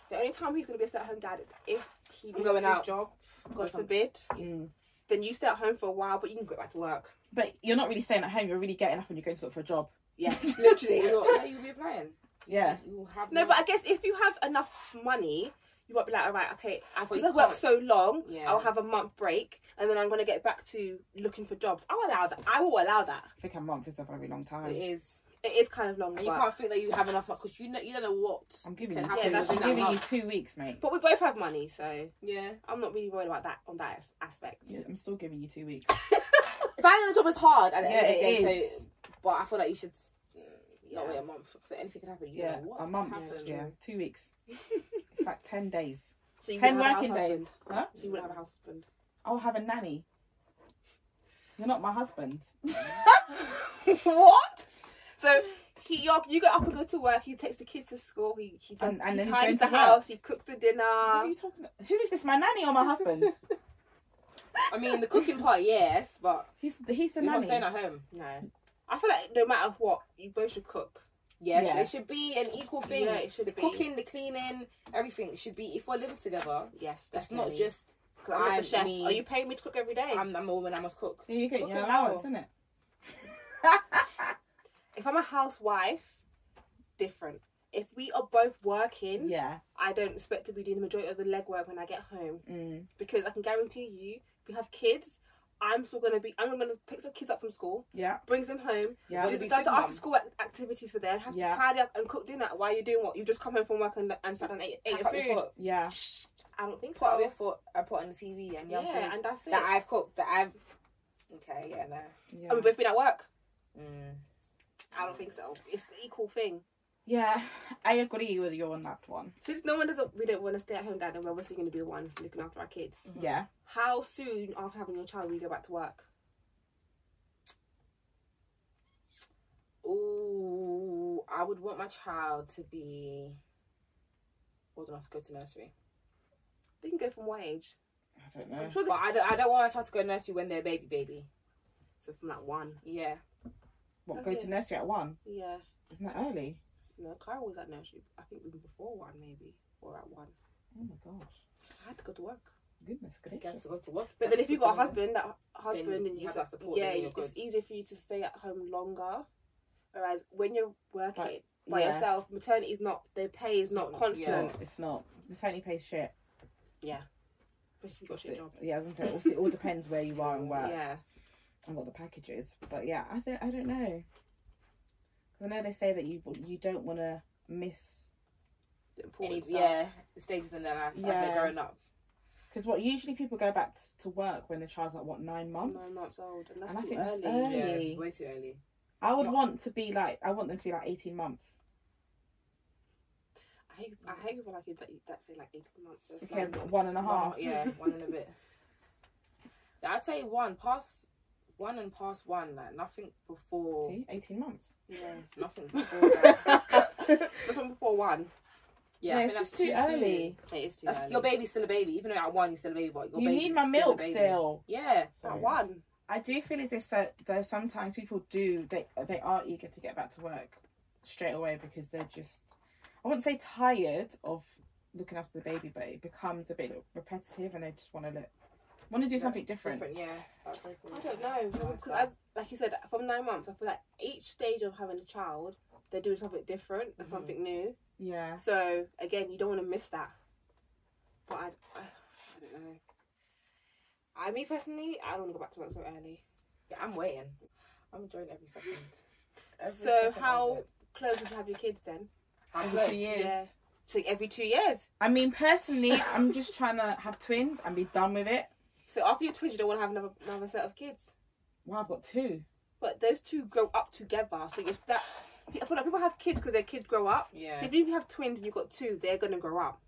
[SPEAKER 3] The only time he's gonna be a stay-at-home dad is if he
[SPEAKER 4] I'm
[SPEAKER 3] loses
[SPEAKER 4] going
[SPEAKER 3] his
[SPEAKER 4] out.
[SPEAKER 3] job. God
[SPEAKER 4] Or something.
[SPEAKER 3] forbid.
[SPEAKER 4] Mm.
[SPEAKER 3] Then you stay at home for a while, but you can go back to work.
[SPEAKER 2] But you're not really staying at home. You're really getting up and you're going to look for a job.
[SPEAKER 3] Yeah.
[SPEAKER 4] literally, you're, where you'll be applying.
[SPEAKER 2] Yeah.
[SPEAKER 4] You will have
[SPEAKER 3] No, but I guess if you have enough money, you might be like, all right, okay, I've
[SPEAKER 4] But you
[SPEAKER 3] worked
[SPEAKER 4] can't-
[SPEAKER 3] so long,
[SPEAKER 4] Yeah.
[SPEAKER 3] I'll have a month break, and then I'm going to get back to looking for jobs. I'll allow that. I will allow that.
[SPEAKER 2] I think a month is a very long time.
[SPEAKER 4] it is,
[SPEAKER 3] It is kind of long,
[SPEAKER 4] and you
[SPEAKER 3] but,
[SPEAKER 4] can't think that you have enough because you know you don't know what.
[SPEAKER 2] I'm giving
[SPEAKER 4] Can
[SPEAKER 2] you.
[SPEAKER 4] happen
[SPEAKER 2] Two,
[SPEAKER 3] Yeah, that's
[SPEAKER 2] I'm
[SPEAKER 3] within
[SPEAKER 2] giving
[SPEAKER 3] that
[SPEAKER 2] you two weeks, mate.
[SPEAKER 3] but we both have money, so
[SPEAKER 4] Yeah.
[SPEAKER 3] I'm not really worried about that on that as- aspect.
[SPEAKER 2] Yeah, I'm still giving you two weeks.
[SPEAKER 4] Finding a job is hard at the
[SPEAKER 2] Yeah,
[SPEAKER 4] end of
[SPEAKER 2] it
[SPEAKER 4] the day.
[SPEAKER 2] is.
[SPEAKER 4] So, but I feel like you should mm, not
[SPEAKER 3] Yeah.
[SPEAKER 4] wait a month because anything can happen. You
[SPEAKER 2] Yeah,
[SPEAKER 4] don't know what
[SPEAKER 2] a month.
[SPEAKER 4] happens.
[SPEAKER 2] Yeah, two weeks. In fact, ten days.
[SPEAKER 3] so you
[SPEAKER 2] ten
[SPEAKER 3] wouldn't have a
[SPEAKER 2] working
[SPEAKER 3] house
[SPEAKER 2] days.
[SPEAKER 3] husband.
[SPEAKER 2] Huh?
[SPEAKER 3] So you wouldn't have a house husband.
[SPEAKER 2] I'll have a nanny. You're not my husband.
[SPEAKER 3] what? So he, you're, you go up and go to work. He takes the kids to school. He he does,
[SPEAKER 2] And- and
[SPEAKER 3] he
[SPEAKER 2] then he's
[SPEAKER 3] tidies
[SPEAKER 2] going
[SPEAKER 3] the
[SPEAKER 2] to work.
[SPEAKER 4] Uh,
[SPEAKER 3] house. He cooks the
[SPEAKER 2] What are
[SPEAKER 3] dinner.
[SPEAKER 2] you talking about? Who is this? My nanny or my husband?
[SPEAKER 4] I mean, the cooking part, yes, but
[SPEAKER 2] He's he's the
[SPEAKER 4] you're not
[SPEAKER 2] nanny.
[SPEAKER 4] staying at home.
[SPEAKER 3] No. I feel like no matter what, you both should cook.
[SPEAKER 4] Yes,
[SPEAKER 2] Yeah.
[SPEAKER 4] it should be an equal thing.
[SPEAKER 3] Yeah, it should
[SPEAKER 4] the
[SPEAKER 3] be.
[SPEAKER 4] cooking, the cleaning, everything should be. If we're living together,
[SPEAKER 3] Yes,
[SPEAKER 4] that's
[SPEAKER 3] definitely.
[SPEAKER 4] not just
[SPEAKER 3] 'Cause I'm not
[SPEAKER 4] I'm
[SPEAKER 3] the chef.
[SPEAKER 4] me.
[SPEAKER 3] Are you paying me to cook every day?
[SPEAKER 4] I'm, I'm a woman, I must cook.
[SPEAKER 2] Yeah, you get
[SPEAKER 4] Look
[SPEAKER 2] your
[SPEAKER 4] as
[SPEAKER 2] allowance,
[SPEAKER 4] well.
[SPEAKER 2] isn't it?
[SPEAKER 3] if I'm a housewife, different. If we are both working,
[SPEAKER 2] Yeah.
[SPEAKER 3] I don't expect to be doing the majority of the legwork when I get home
[SPEAKER 2] Mm.
[SPEAKER 3] because I can guarantee you, if you have kids, I'm still gonna be. I'm gonna pick some kids up from school,
[SPEAKER 2] Yeah.
[SPEAKER 3] brings them home,
[SPEAKER 2] Yeah.
[SPEAKER 3] do
[SPEAKER 4] You'll
[SPEAKER 3] the
[SPEAKER 4] be
[SPEAKER 3] does
[SPEAKER 4] sick,
[SPEAKER 3] the
[SPEAKER 4] mum.
[SPEAKER 3] after school activities for them, have
[SPEAKER 2] Yeah.
[SPEAKER 3] to tidy up and cook dinner while you're doing what you've just come home from work and and sat and ate,
[SPEAKER 4] Pack
[SPEAKER 3] ate your
[SPEAKER 4] up your
[SPEAKER 3] food.
[SPEAKER 4] foot,
[SPEAKER 2] Yeah.
[SPEAKER 3] I don't think
[SPEAKER 4] put up your
[SPEAKER 3] so.
[SPEAKER 4] foot, I put on the TV, and
[SPEAKER 3] Yeah,
[SPEAKER 4] yum food
[SPEAKER 3] and that's it.
[SPEAKER 4] that I've cooked, that I've. Okay, yeah, no.
[SPEAKER 2] Yeah.
[SPEAKER 3] and we've both been at work.
[SPEAKER 4] Mm.
[SPEAKER 3] I don't think so. It's the equal thing.
[SPEAKER 2] Yeah, I agree with you on that one.
[SPEAKER 3] Since no one doesn't, we don't want to stay at home, dad, and we're obviously going to be the ones looking after our kids.
[SPEAKER 4] Mm.
[SPEAKER 2] Yeah.
[SPEAKER 3] How soon after having your child will you go back to work?
[SPEAKER 4] Ooh, I would want my child to be old enough to go to nursery.
[SPEAKER 3] They can go from what age?
[SPEAKER 2] I don't
[SPEAKER 3] I'm
[SPEAKER 2] know.
[SPEAKER 3] sure they
[SPEAKER 4] But I don't, I don't want my child to go to nursery when they're baby, baby.
[SPEAKER 3] so from like one.
[SPEAKER 4] Yeah.
[SPEAKER 2] What,
[SPEAKER 3] Okay.
[SPEAKER 2] go to nursery at one?
[SPEAKER 3] Yeah.
[SPEAKER 2] Isn't that early?
[SPEAKER 3] No, Kara was at nursery. I think even before one, maybe or at one.
[SPEAKER 2] Oh my gosh.
[SPEAKER 3] I had to go to work.
[SPEAKER 2] Goodness
[SPEAKER 4] I guess
[SPEAKER 2] gracious.
[SPEAKER 4] to go to work.
[SPEAKER 3] But then
[SPEAKER 4] That's
[SPEAKER 3] if you got a
[SPEAKER 4] good, isn't it?
[SPEAKER 3] husband, that hu- husband
[SPEAKER 4] Then
[SPEAKER 3] and
[SPEAKER 4] you
[SPEAKER 3] you
[SPEAKER 4] have
[SPEAKER 3] su-
[SPEAKER 4] that support,
[SPEAKER 3] yeah,
[SPEAKER 4] then you're
[SPEAKER 3] it's
[SPEAKER 4] good.
[SPEAKER 3] easier for you to stay at home longer. Whereas when you're working
[SPEAKER 2] Like,
[SPEAKER 3] by
[SPEAKER 2] yeah.
[SPEAKER 3] yourself, maternity is not their pay is not
[SPEAKER 4] not-
[SPEAKER 3] constant.
[SPEAKER 2] No, it's not. Maternity pays shit.
[SPEAKER 3] Especially if you got a shit job.
[SPEAKER 2] Yeah, I was gonna say, obviously, it all depends where you are and where
[SPEAKER 3] Yeah.
[SPEAKER 2] and what the package is. But yeah, I th- I don't know. 'Cause I know they say that you you don't want to miss
[SPEAKER 3] The
[SPEAKER 4] Any,
[SPEAKER 3] important stuff.
[SPEAKER 4] yeah, stages in their life as
[SPEAKER 2] Yeah.
[SPEAKER 4] they're growing up.
[SPEAKER 2] because what usually people go back t- to work when the child's like what nine months.
[SPEAKER 3] Nine months old, and that's
[SPEAKER 2] And I
[SPEAKER 3] too
[SPEAKER 2] think
[SPEAKER 3] early.
[SPEAKER 2] that's early.
[SPEAKER 4] Yeah, way too early.
[SPEAKER 2] I would
[SPEAKER 4] Not-
[SPEAKER 2] want to be like I want them to be like eighteen months.
[SPEAKER 3] I hate, I hate people like you that, that say like eighteen months. That's
[SPEAKER 2] Okay,
[SPEAKER 3] like-
[SPEAKER 2] one and a
[SPEAKER 4] One-
[SPEAKER 2] half.
[SPEAKER 4] yeah, one and a bit. Uh-huh. I'd say one past one and past one, like nothing before,
[SPEAKER 2] See, eighteen months.
[SPEAKER 3] yeah.
[SPEAKER 4] nothing before. that.
[SPEAKER 3] Nothing before one.
[SPEAKER 4] I
[SPEAKER 2] Yeah,
[SPEAKER 4] think
[SPEAKER 2] it's
[SPEAKER 4] that's
[SPEAKER 2] just too
[SPEAKER 4] soon.
[SPEAKER 2] early.
[SPEAKER 3] It is too
[SPEAKER 4] That's,
[SPEAKER 3] early.
[SPEAKER 4] Your baby's still a baby, even though at one you're still a baby. But your
[SPEAKER 2] you
[SPEAKER 4] baby's
[SPEAKER 2] need my
[SPEAKER 4] still a
[SPEAKER 2] milk
[SPEAKER 4] baby.
[SPEAKER 2] still.
[SPEAKER 4] Yeah,
[SPEAKER 2] Sorry.
[SPEAKER 3] At one.
[SPEAKER 2] I do feel as if so, though sometimes people do they they are eager to get back to work straight away because they're just I wouldn't say tired of looking after the baby, but it becomes a bit repetitive and they just want to look want to do
[SPEAKER 4] Right,
[SPEAKER 2] something different.
[SPEAKER 4] different. Yeah,
[SPEAKER 3] I don't know because, as like you said, from nine months, I feel like each stage of having a child, they're doing something different and
[SPEAKER 4] Mhm.
[SPEAKER 3] something new.
[SPEAKER 2] Yeah,
[SPEAKER 3] So again, you don't want to miss that. But I, I, I don't know. I, me personally, I don't want to go back to work so early.
[SPEAKER 4] Yeah, I'm waiting. I'm enjoying every second. Every
[SPEAKER 3] So
[SPEAKER 4] second of
[SPEAKER 3] how-
[SPEAKER 4] it.
[SPEAKER 3] Close would you have your kids then?
[SPEAKER 4] How
[SPEAKER 2] Every
[SPEAKER 4] close?
[SPEAKER 2] few years.
[SPEAKER 3] Yeah. So every two years.
[SPEAKER 2] I mean personally, I'm just trying to have twins and be done with it.
[SPEAKER 3] So after your twins, you don't want to have another another set of kids.
[SPEAKER 2] Well, I've got two.
[SPEAKER 3] But those two grow up together. So it's that. I feel like people have kids because their kids grow up.
[SPEAKER 4] Yeah.
[SPEAKER 3] So if you have twins and you've got two, they're gonna grow up.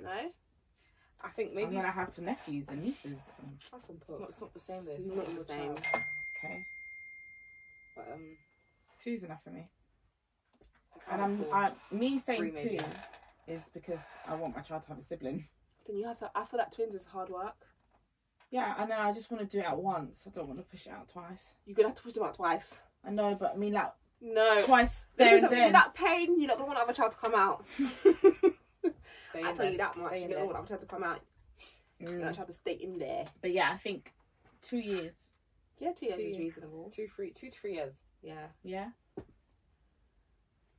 [SPEAKER 3] No,
[SPEAKER 4] I think
[SPEAKER 2] Maybe
[SPEAKER 4] maybe
[SPEAKER 2] I'm gonna have nephews and nieces.
[SPEAKER 3] that's some
[SPEAKER 4] it's not, it's not the same though.
[SPEAKER 3] It's
[SPEAKER 4] It's
[SPEAKER 3] not
[SPEAKER 4] not
[SPEAKER 3] the
[SPEAKER 4] the
[SPEAKER 3] same.
[SPEAKER 4] same.
[SPEAKER 2] Okay,
[SPEAKER 4] But um,
[SPEAKER 2] two's enough for me.
[SPEAKER 4] I can't
[SPEAKER 2] And I'm
[SPEAKER 4] afford
[SPEAKER 2] I, me
[SPEAKER 4] three
[SPEAKER 2] saying two
[SPEAKER 4] maybe.
[SPEAKER 2] is because I want my child to have a sibling.
[SPEAKER 3] Then you have to. I feel like twins is hard work.
[SPEAKER 2] Yeah, I know. I just want to do it at once. I don't want to push it out twice.
[SPEAKER 3] You're gonna have to push them out twice.
[SPEAKER 2] I know, but I mean, like
[SPEAKER 3] No,
[SPEAKER 2] twice
[SPEAKER 3] There
[SPEAKER 2] there
[SPEAKER 3] is
[SPEAKER 2] and
[SPEAKER 3] see
[SPEAKER 2] then.
[SPEAKER 3] that pain. You're not gonna want the other child to come out.
[SPEAKER 4] Stay
[SPEAKER 3] I
[SPEAKER 4] in
[SPEAKER 3] tell
[SPEAKER 4] there.
[SPEAKER 3] you that much.
[SPEAKER 4] Stay in
[SPEAKER 3] You're not
[SPEAKER 4] there.
[SPEAKER 3] gonna want the other child to come out. You're gonna
[SPEAKER 2] Mm.
[SPEAKER 3] have to stay in there.
[SPEAKER 2] But yeah, I think two years.
[SPEAKER 3] Yeah, two years
[SPEAKER 4] Two
[SPEAKER 3] is
[SPEAKER 4] years.
[SPEAKER 3] reasonable.
[SPEAKER 4] Two, three, two to three years.
[SPEAKER 3] Yeah.
[SPEAKER 2] Yeah,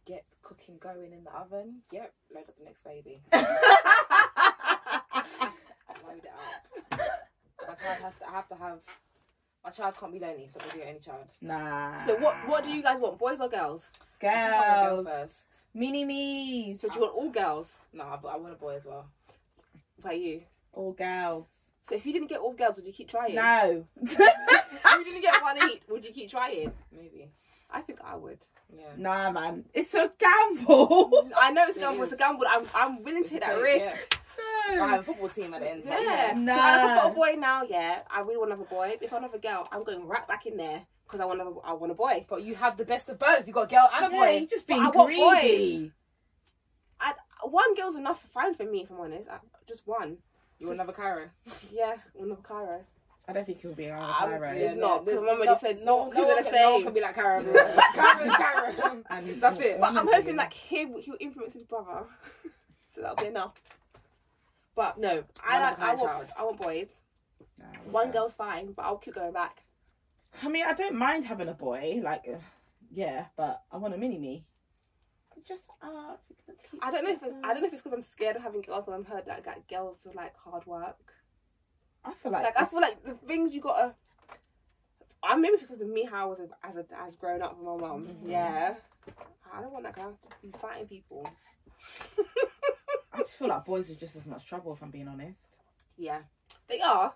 [SPEAKER 4] Get cooking going in the oven. Yep. Load up the next baby. Load it up. My child has to. I have to have. My child can't be lonely. It's not gonna be any child.
[SPEAKER 2] nah.
[SPEAKER 3] So what? What do you guys want, boys or girls?
[SPEAKER 4] I think I wanna go
[SPEAKER 2] girls?
[SPEAKER 4] first.
[SPEAKER 2] Mini me's
[SPEAKER 3] So do you want all girls?
[SPEAKER 4] Nah, but I want a boy as well.
[SPEAKER 3] By you.
[SPEAKER 2] all girls.
[SPEAKER 3] So if you didn't get all girls, would you keep trying?
[SPEAKER 2] No.
[SPEAKER 3] if you didn't get one each, would you keep trying?
[SPEAKER 4] Maybe.
[SPEAKER 3] I think I would.
[SPEAKER 4] Yeah.
[SPEAKER 2] nah, man. It's a gamble.
[SPEAKER 3] I know it's a
[SPEAKER 4] It
[SPEAKER 3] gamble. It's a
[SPEAKER 4] is.
[SPEAKER 3] gamble. I'm I'm willing to take that risk.
[SPEAKER 4] Yeah. I have
[SPEAKER 2] no.
[SPEAKER 4] a football team at the end. but
[SPEAKER 3] Yeah.
[SPEAKER 2] Nah.
[SPEAKER 3] I've got a boy now, yeah. I really want another boy. If I have a girl, I'm going right back in there because I want another, I want a boy.
[SPEAKER 4] But you have the best of both. You got a girl and a
[SPEAKER 2] Yeah,
[SPEAKER 4] boy.
[SPEAKER 2] you're just
[SPEAKER 3] But
[SPEAKER 2] being
[SPEAKER 3] I want
[SPEAKER 2] greedy.
[SPEAKER 3] One girl's enough for fine for me, if I'm honest. I, just one.
[SPEAKER 4] You want another Cairo?
[SPEAKER 3] Yeah, on the Cairo.
[SPEAKER 2] I don't think he'll be around
[SPEAKER 4] I
[SPEAKER 2] with
[SPEAKER 4] would
[SPEAKER 2] Cairo.
[SPEAKER 4] be-
[SPEAKER 3] It's not.
[SPEAKER 4] no,
[SPEAKER 3] Because remember,
[SPEAKER 4] no,
[SPEAKER 3] they said no one
[SPEAKER 4] No
[SPEAKER 3] could
[SPEAKER 4] one
[SPEAKER 3] do the
[SPEAKER 4] can- no one
[SPEAKER 3] same.
[SPEAKER 4] can be like Cairo. bro. Cairo is Cairo.
[SPEAKER 2] And
[SPEAKER 4] That's it.
[SPEAKER 3] But I'm
[SPEAKER 2] honestly,
[SPEAKER 3] hoping like him, he'll influence his brother, so that'll be enough. But no,
[SPEAKER 4] One of a
[SPEAKER 3] I like I
[SPEAKER 4] kind
[SPEAKER 3] want
[SPEAKER 4] child.
[SPEAKER 3] I want boys.
[SPEAKER 2] nah,
[SPEAKER 3] One
[SPEAKER 2] okay.
[SPEAKER 3] girl's fine, but I'll keep going back.
[SPEAKER 2] I mean, I don't mind having a boy, like, uh, yeah, but I want a mini me. Just uh, up.
[SPEAKER 3] I don't know if it's, I don't know if it's because I'm scared of having girls, but I've heard that, that girls are like hard work.
[SPEAKER 2] I feel like
[SPEAKER 3] Like I
[SPEAKER 2] this-
[SPEAKER 3] feel like the things you gotta. I maybe it's because of me how I was a- as a, as grown up with my mum.
[SPEAKER 4] Mhm.
[SPEAKER 3] Yeah, I don't want that guy to be fighting people.
[SPEAKER 2] I just feel like boys are just as much trouble. If I'm being honest,
[SPEAKER 4] Yeah.
[SPEAKER 3] They are.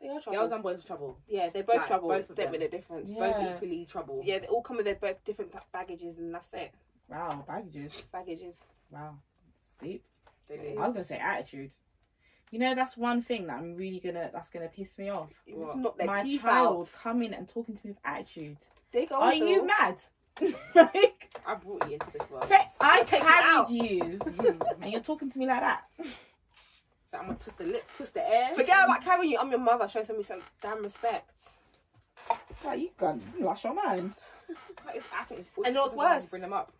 [SPEAKER 3] They are trouble.
[SPEAKER 4] Girls and boys are trouble.
[SPEAKER 3] yeah, they're both
[SPEAKER 4] Like,
[SPEAKER 3] trouble.
[SPEAKER 4] both of
[SPEAKER 3] don't
[SPEAKER 4] them.
[SPEAKER 3] make no difference.
[SPEAKER 2] Yeah.
[SPEAKER 3] Yeah.
[SPEAKER 4] Both equally trouble.
[SPEAKER 3] they all come with their both different ba- baggages, and that's it.
[SPEAKER 2] wow, baggages,
[SPEAKER 3] Baggages.
[SPEAKER 2] wow, steep.
[SPEAKER 4] They
[SPEAKER 2] I
[SPEAKER 4] do.
[SPEAKER 2] was gonna say attitude. You know, that's one thing that I'm really gonna. That's gonna piss me off.
[SPEAKER 4] What?
[SPEAKER 3] Not their
[SPEAKER 2] My
[SPEAKER 3] teeth
[SPEAKER 2] child
[SPEAKER 3] out.
[SPEAKER 2] coming and talking to me with attitude.
[SPEAKER 3] They go.
[SPEAKER 2] Are
[SPEAKER 3] so-
[SPEAKER 2] you mad? like,
[SPEAKER 4] I brought you into this world.
[SPEAKER 2] I
[SPEAKER 3] take it out.
[SPEAKER 2] carried you,
[SPEAKER 4] Mhm.
[SPEAKER 2] and you're talking to me like that.
[SPEAKER 4] so I'm gonna twist the lip, twist the air.
[SPEAKER 3] Forget about carrying you. I'm your mother. Show some some damn respect.
[SPEAKER 2] It's like you've gone, you lost your mind.
[SPEAKER 4] It's like, it's, I think it's
[SPEAKER 3] And what's
[SPEAKER 4] it's why you
[SPEAKER 3] worse?
[SPEAKER 4] Bring them up.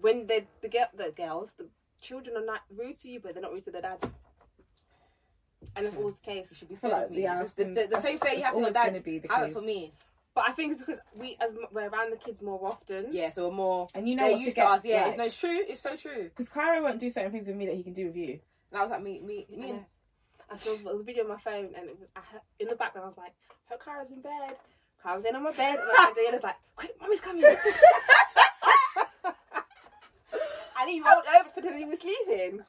[SPEAKER 3] When they the girl the girls the children are not rude to you, but they're not rude to their dads. And that's always the
[SPEAKER 4] You
[SPEAKER 3] case.
[SPEAKER 4] should be
[SPEAKER 2] I feel
[SPEAKER 4] scared
[SPEAKER 2] like
[SPEAKER 4] of me.
[SPEAKER 2] yeah, I
[SPEAKER 4] It's-
[SPEAKER 2] was
[SPEAKER 4] it's the,
[SPEAKER 2] gonna-
[SPEAKER 4] the same fear you
[SPEAKER 2] it's
[SPEAKER 4] have for your
[SPEAKER 2] always
[SPEAKER 4] dad.
[SPEAKER 2] gonna be the
[SPEAKER 4] Have it
[SPEAKER 2] case.
[SPEAKER 4] for me.
[SPEAKER 3] But I think it's because we as m- we're around the kids more often.
[SPEAKER 4] Yeah, so we're more.
[SPEAKER 2] And you know
[SPEAKER 4] They're
[SPEAKER 2] what to
[SPEAKER 4] used to
[SPEAKER 2] get,
[SPEAKER 4] us. Yeah, it's
[SPEAKER 2] like-
[SPEAKER 4] no it's true. It's so true.
[SPEAKER 2] Because Cairo won't do certain things with me that he can do with you.
[SPEAKER 4] And I was like, me, me, me.
[SPEAKER 3] know. I saw there was a video on my phone, and it was I heard, in the background. I was like, "Her car is in bed." Car was in on my bed, and I Diana's like, "Quick, mommy's coming!" and he rolled over pretending he was sleeping.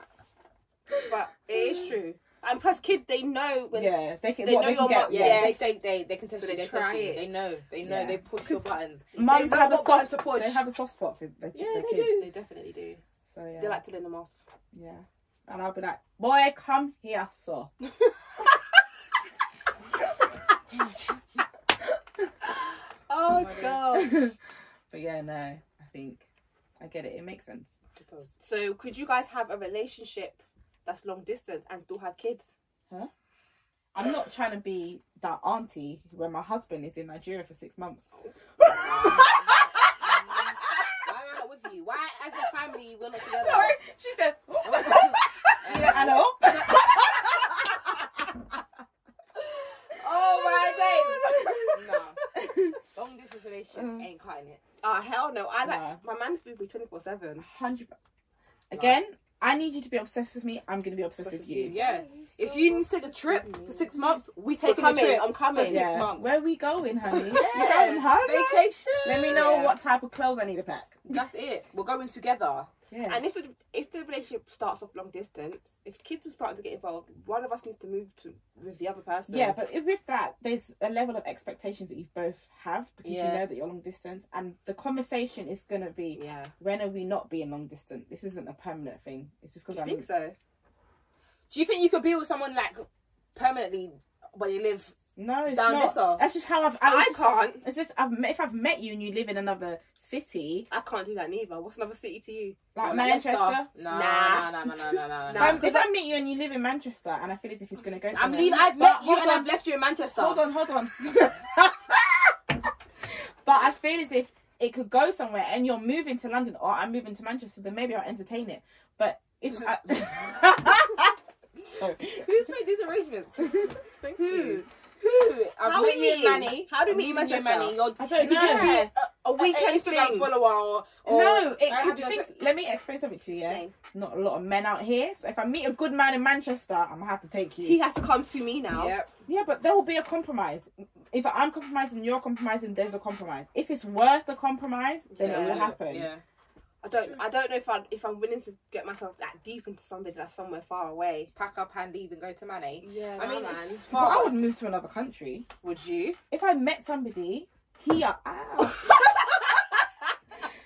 [SPEAKER 3] But it is true. And plus, kids they know when
[SPEAKER 2] yeah, they can.
[SPEAKER 3] they
[SPEAKER 2] what
[SPEAKER 3] know
[SPEAKER 2] they can
[SPEAKER 3] your
[SPEAKER 2] get.
[SPEAKER 3] mum-
[SPEAKER 4] Yeah,
[SPEAKER 2] yeah.
[SPEAKER 3] Yes.
[SPEAKER 4] they say they they can test
[SPEAKER 3] So
[SPEAKER 4] you.
[SPEAKER 3] they
[SPEAKER 4] They test
[SPEAKER 3] try
[SPEAKER 4] you.
[SPEAKER 3] it.
[SPEAKER 4] They know. They know.
[SPEAKER 2] Yeah.
[SPEAKER 4] They push your buttons.
[SPEAKER 2] Mums
[SPEAKER 4] They
[SPEAKER 2] have
[SPEAKER 4] know
[SPEAKER 2] a
[SPEAKER 4] what
[SPEAKER 2] soft.
[SPEAKER 4] button to push.
[SPEAKER 2] They have a soft spot for their,
[SPEAKER 3] Yeah,
[SPEAKER 2] their
[SPEAKER 3] they
[SPEAKER 2] kids.
[SPEAKER 3] do. They definitely do.
[SPEAKER 2] So yeah,
[SPEAKER 3] They like to learn them off.
[SPEAKER 2] yeah. And I'll be like, boy, come here, sir.
[SPEAKER 3] Oh,
[SPEAKER 4] my
[SPEAKER 3] god.
[SPEAKER 2] but yeah, no, I think I get it. It makes sense.
[SPEAKER 3] So, could you guys have a relationship that's long distance and still have kids?
[SPEAKER 2] I'm not trying to be that auntie where my husband is in Nigeria for six months.
[SPEAKER 4] Why am I not with you? Why, as a family, we're not together?
[SPEAKER 2] Sorry, she said. "Oh."
[SPEAKER 4] Yeah,
[SPEAKER 2] Hello.
[SPEAKER 4] Oh my days. no. Long distance relationships
[SPEAKER 2] Mm.
[SPEAKER 4] ain't cutting it.
[SPEAKER 3] Oh hell no! I like
[SPEAKER 2] No.
[SPEAKER 3] to, my man's with me twenty four seven.
[SPEAKER 2] Hundred. Again, I need you to be obsessed with me. I'm gonna be obsessed with you.
[SPEAKER 4] Yeah. If you need to take a trip for six months, we
[SPEAKER 3] we're
[SPEAKER 4] taking a
[SPEAKER 3] coming.
[SPEAKER 4] trip.
[SPEAKER 3] I'm
[SPEAKER 4] for
[SPEAKER 3] coming.
[SPEAKER 4] six months.
[SPEAKER 2] Where we going, honey?
[SPEAKER 4] Yeah.
[SPEAKER 2] going home, eh?
[SPEAKER 4] Vacation.
[SPEAKER 2] Let me know
[SPEAKER 3] Yeah.
[SPEAKER 2] what type of clothes I need to pack.
[SPEAKER 4] That's it. We're going together.
[SPEAKER 2] Yeah.
[SPEAKER 3] And if the, if the relationship starts off long distance, if kids are starting to get involved, one of us needs to move to with the other person.
[SPEAKER 2] yeah, but if with that, there's a level of expectations that you both have because
[SPEAKER 4] Yeah.
[SPEAKER 2] you know that you're long distance, and the conversation is gonna be
[SPEAKER 3] yeah.
[SPEAKER 2] when are we not being long distance? This isn't a permanent thing. It's just
[SPEAKER 3] Do
[SPEAKER 2] because
[SPEAKER 3] you
[SPEAKER 2] I'm.
[SPEAKER 3] think so?
[SPEAKER 4] Do you think you could be with someone like permanently where you live?
[SPEAKER 2] No, it's
[SPEAKER 4] Down
[SPEAKER 2] not.
[SPEAKER 4] this or-
[SPEAKER 2] That's just how I've.
[SPEAKER 3] I,
[SPEAKER 2] I, just,
[SPEAKER 3] can't.
[SPEAKER 2] It's just I've met, if I've met you and you live in another city,
[SPEAKER 3] I can't do that neither. What's another city to you?
[SPEAKER 2] like
[SPEAKER 4] Or
[SPEAKER 2] Manchester.
[SPEAKER 4] Leicester? No,
[SPEAKER 3] Nah.
[SPEAKER 4] nah. no, no, no, no, no,
[SPEAKER 2] If I'm-
[SPEAKER 4] no.
[SPEAKER 3] Nah.
[SPEAKER 2] if um, I meet you and you live in Manchester, and I feel as if he's gonna go.
[SPEAKER 4] I'm
[SPEAKER 2] somewhere-
[SPEAKER 4] leaving. I've
[SPEAKER 2] But
[SPEAKER 4] met you
[SPEAKER 2] hold
[SPEAKER 4] and
[SPEAKER 2] on,
[SPEAKER 4] I've left you in Manchester.
[SPEAKER 2] Hold on, hold on. but I feel as if it could go somewhere, and you're moving to London, or I'm moving to Manchester. Then maybe I'll entertain it. But if I... Sorry.
[SPEAKER 4] Who's made these arrangements?
[SPEAKER 3] Thank
[SPEAKER 4] Who? Who? I've
[SPEAKER 3] How
[SPEAKER 4] met
[SPEAKER 3] we
[SPEAKER 4] you in
[SPEAKER 3] meet?
[SPEAKER 4] Manny.
[SPEAKER 3] How do
[SPEAKER 4] I've
[SPEAKER 3] we meet
[SPEAKER 4] met you in
[SPEAKER 3] Manchester?
[SPEAKER 4] Manny? You're,
[SPEAKER 2] I don't
[SPEAKER 4] it could just be
[SPEAKER 2] know.
[SPEAKER 4] a,
[SPEAKER 3] A
[SPEAKER 4] a
[SPEAKER 3] weekend
[SPEAKER 4] Instagram
[SPEAKER 3] thing.
[SPEAKER 4] follower or, or
[SPEAKER 2] No, it
[SPEAKER 4] I
[SPEAKER 2] could
[SPEAKER 4] have your
[SPEAKER 2] think,
[SPEAKER 4] sex-
[SPEAKER 2] let me explain something to you. Yeah,
[SPEAKER 3] Explain.
[SPEAKER 2] not a lot of men out here. So if I meet a good man in Manchester, I'm gonna have to take you.
[SPEAKER 3] He has to come to me now.
[SPEAKER 4] Yep.
[SPEAKER 2] Yeah, but there will be a compromise. If I'm compromising, you're compromising. There's a compromise. If it's worth the compromise, then it
[SPEAKER 3] Yeah.
[SPEAKER 2] will happen.
[SPEAKER 4] Yeah.
[SPEAKER 3] I don't. I don't know if I if I'm willing to get myself that deep into somebody that's somewhere far away.
[SPEAKER 4] Pack up and leave and go to Manny.
[SPEAKER 3] Yeah.
[SPEAKER 4] I mean,
[SPEAKER 3] man.
[SPEAKER 4] it's
[SPEAKER 2] But I
[SPEAKER 4] far.
[SPEAKER 2] would move to another country
[SPEAKER 3] Would you?
[SPEAKER 2] if I met somebody here. Ow.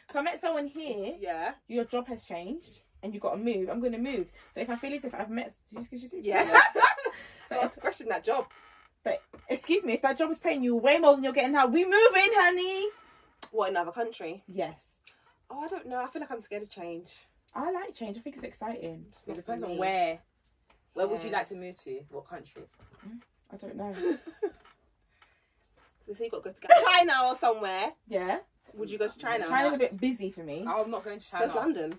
[SPEAKER 2] if I met someone here,
[SPEAKER 3] Yeah.
[SPEAKER 2] your job has changed and you got to move. I'm going to move. So if I feel as if I've met, excuse me,
[SPEAKER 3] Yeah. I have
[SPEAKER 2] But
[SPEAKER 3] to question that job.
[SPEAKER 2] if- excuse me, if that job is paying you way more than you're getting now, we moving, honey.
[SPEAKER 3] What another country?
[SPEAKER 2] Yes,
[SPEAKER 3] Oh, I don't know. I feel like I'm scared of change.
[SPEAKER 2] I like change. I think it's exciting.
[SPEAKER 3] It's
[SPEAKER 4] It
[SPEAKER 3] not
[SPEAKER 4] depends
[SPEAKER 3] for
[SPEAKER 4] on
[SPEAKER 3] me.
[SPEAKER 4] where. Where would you
[SPEAKER 3] Yeah.
[SPEAKER 4] like to move to? What country?
[SPEAKER 2] I don't know.
[SPEAKER 3] They say you got to go to China or somewhere.
[SPEAKER 2] Yeah,
[SPEAKER 3] Would you go to China?
[SPEAKER 2] China's a bit busy for me.
[SPEAKER 4] I'm not going to
[SPEAKER 3] Says London.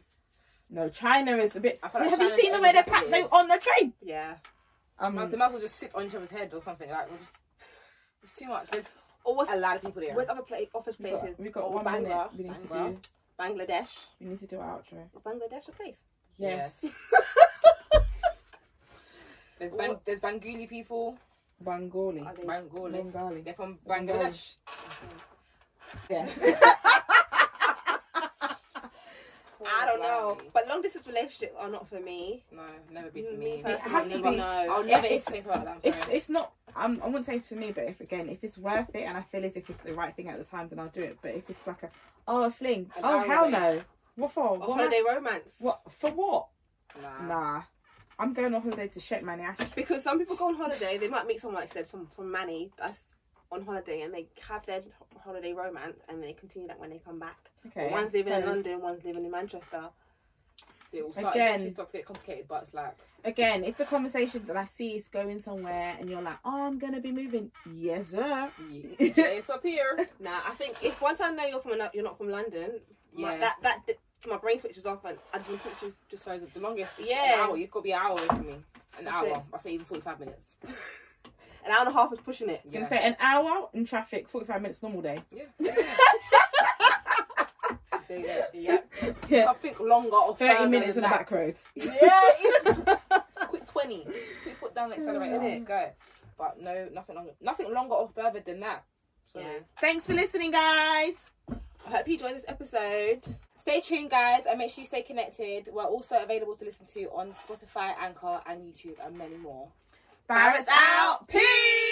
[SPEAKER 2] No, China is a bit.
[SPEAKER 4] I feel like
[SPEAKER 2] have
[SPEAKER 4] China's
[SPEAKER 2] you seen the way they
[SPEAKER 4] everywhere
[SPEAKER 2] pack
[SPEAKER 4] it
[SPEAKER 2] they
[SPEAKER 4] is.
[SPEAKER 2] on the train?
[SPEAKER 3] Yeah.
[SPEAKER 2] Um,
[SPEAKER 4] Must, they might as well just sit on each other's head or something. Like, we'll just. It's too much. There's
[SPEAKER 3] Or what's
[SPEAKER 4] a lot of people there.
[SPEAKER 3] where's other pla- office
[SPEAKER 2] we've got-
[SPEAKER 3] places?
[SPEAKER 2] we've got
[SPEAKER 3] Or
[SPEAKER 2] one
[SPEAKER 3] Bangla-
[SPEAKER 2] minute. We need to
[SPEAKER 4] Bangla.
[SPEAKER 2] do.
[SPEAKER 3] Bangladesh.
[SPEAKER 2] We need to do our outro.
[SPEAKER 3] Is Bangladesh a place?
[SPEAKER 2] Yes.
[SPEAKER 4] There's, Bang, there's Banguli people.
[SPEAKER 2] Bengali.
[SPEAKER 3] Are they?
[SPEAKER 4] Bengali.
[SPEAKER 2] Bengali.
[SPEAKER 4] They're from
[SPEAKER 2] Bengali.
[SPEAKER 4] Bangladesh.
[SPEAKER 2] Yeah.
[SPEAKER 3] I don't know.
[SPEAKER 4] Blimey.
[SPEAKER 3] But long distance relationships are not for me.
[SPEAKER 4] No, never be for
[SPEAKER 3] Mm,
[SPEAKER 4] me.
[SPEAKER 3] personally,
[SPEAKER 2] It has to
[SPEAKER 3] never
[SPEAKER 2] be.
[SPEAKER 3] know.
[SPEAKER 4] I'll never
[SPEAKER 2] It's-
[SPEAKER 4] experience like that. I'm
[SPEAKER 2] It's
[SPEAKER 4] sorry.
[SPEAKER 2] it's not. Um, I wouldn't say to me, but if again, if it's worth it and I feel as if it's the right thing at the time, then I'll do it. But if it's like a oh a fling,
[SPEAKER 4] An
[SPEAKER 2] oh
[SPEAKER 4] hour
[SPEAKER 2] hell
[SPEAKER 4] away.
[SPEAKER 2] no. What for?
[SPEAKER 3] Or
[SPEAKER 2] What,
[SPEAKER 3] holiday romance.
[SPEAKER 2] what for? What?
[SPEAKER 4] Nah.
[SPEAKER 2] Nah. I'm going on holiday to shake my nash.
[SPEAKER 3] Because some people go on holiday, they might meet someone like I said, some some manny that's on holiday, and they have their ho- holiday romance, and they continue that when they come back.
[SPEAKER 2] Okay.
[SPEAKER 3] one's living in
[SPEAKER 2] Because,
[SPEAKER 3] London, one's living in Manchester.
[SPEAKER 4] They all start,
[SPEAKER 2] Again.
[SPEAKER 4] Again. It starts to get complicated, but it's like.
[SPEAKER 2] Again, if the conversations and I see it's going somewhere and you're like, oh, I'm gonna be moving. Yes, sir.
[SPEAKER 4] Yeah, it's up here.
[SPEAKER 3] Nah, I think if once I know you're from ano- you're not from London, my,
[SPEAKER 4] Yeah.
[SPEAKER 3] that that di- my brain switches off, and I just want to talk to you.
[SPEAKER 4] Just so the longest. is
[SPEAKER 3] Yeah.
[SPEAKER 4] An hour. You've got to be an hour away from me. An
[SPEAKER 3] That's
[SPEAKER 4] hour.
[SPEAKER 3] it.
[SPEAKER 4] I'll say even 45 minutes.
[SPEAKER 3] An hour and a half is pushing it.
[SPEAKER 2] I was gonna say an hour in traffic, 45 minutes normal day.
[SPEAKER 4] There you go.
[SPEAKER 3] Yeah,
[SPEAKER 2] Yeah.
[SPEAKER 4] I think longer or
[SPEAKER 2] 30
[SPEAKER 4] further
[SPEAKER 2] minutes on
[SPEAKER 4] than
[SPEAKER 2] the
[SPEAKER 4] that.
[SPEAKER 2] back roads.
[SPEAKER 4] Yeah, even quick twenty. Quick put down the accelerator. Let's go. But no, nothing longer, nothing longer or further than that. So
[SPEAKER 3] Yeah.
[SPEAKER 4] thanks for listening, guys.
[SPEAKER 3] I hope you enjoyed this episode.
[SPEAKER 4] Stay tuned, guys, and make sure you stay connected. We're also available to listen to on Spotify, Anchor, and YouTube, and many more.
[SPEAKER 2] Barrett's out.
[SPEAKER 4] Peace.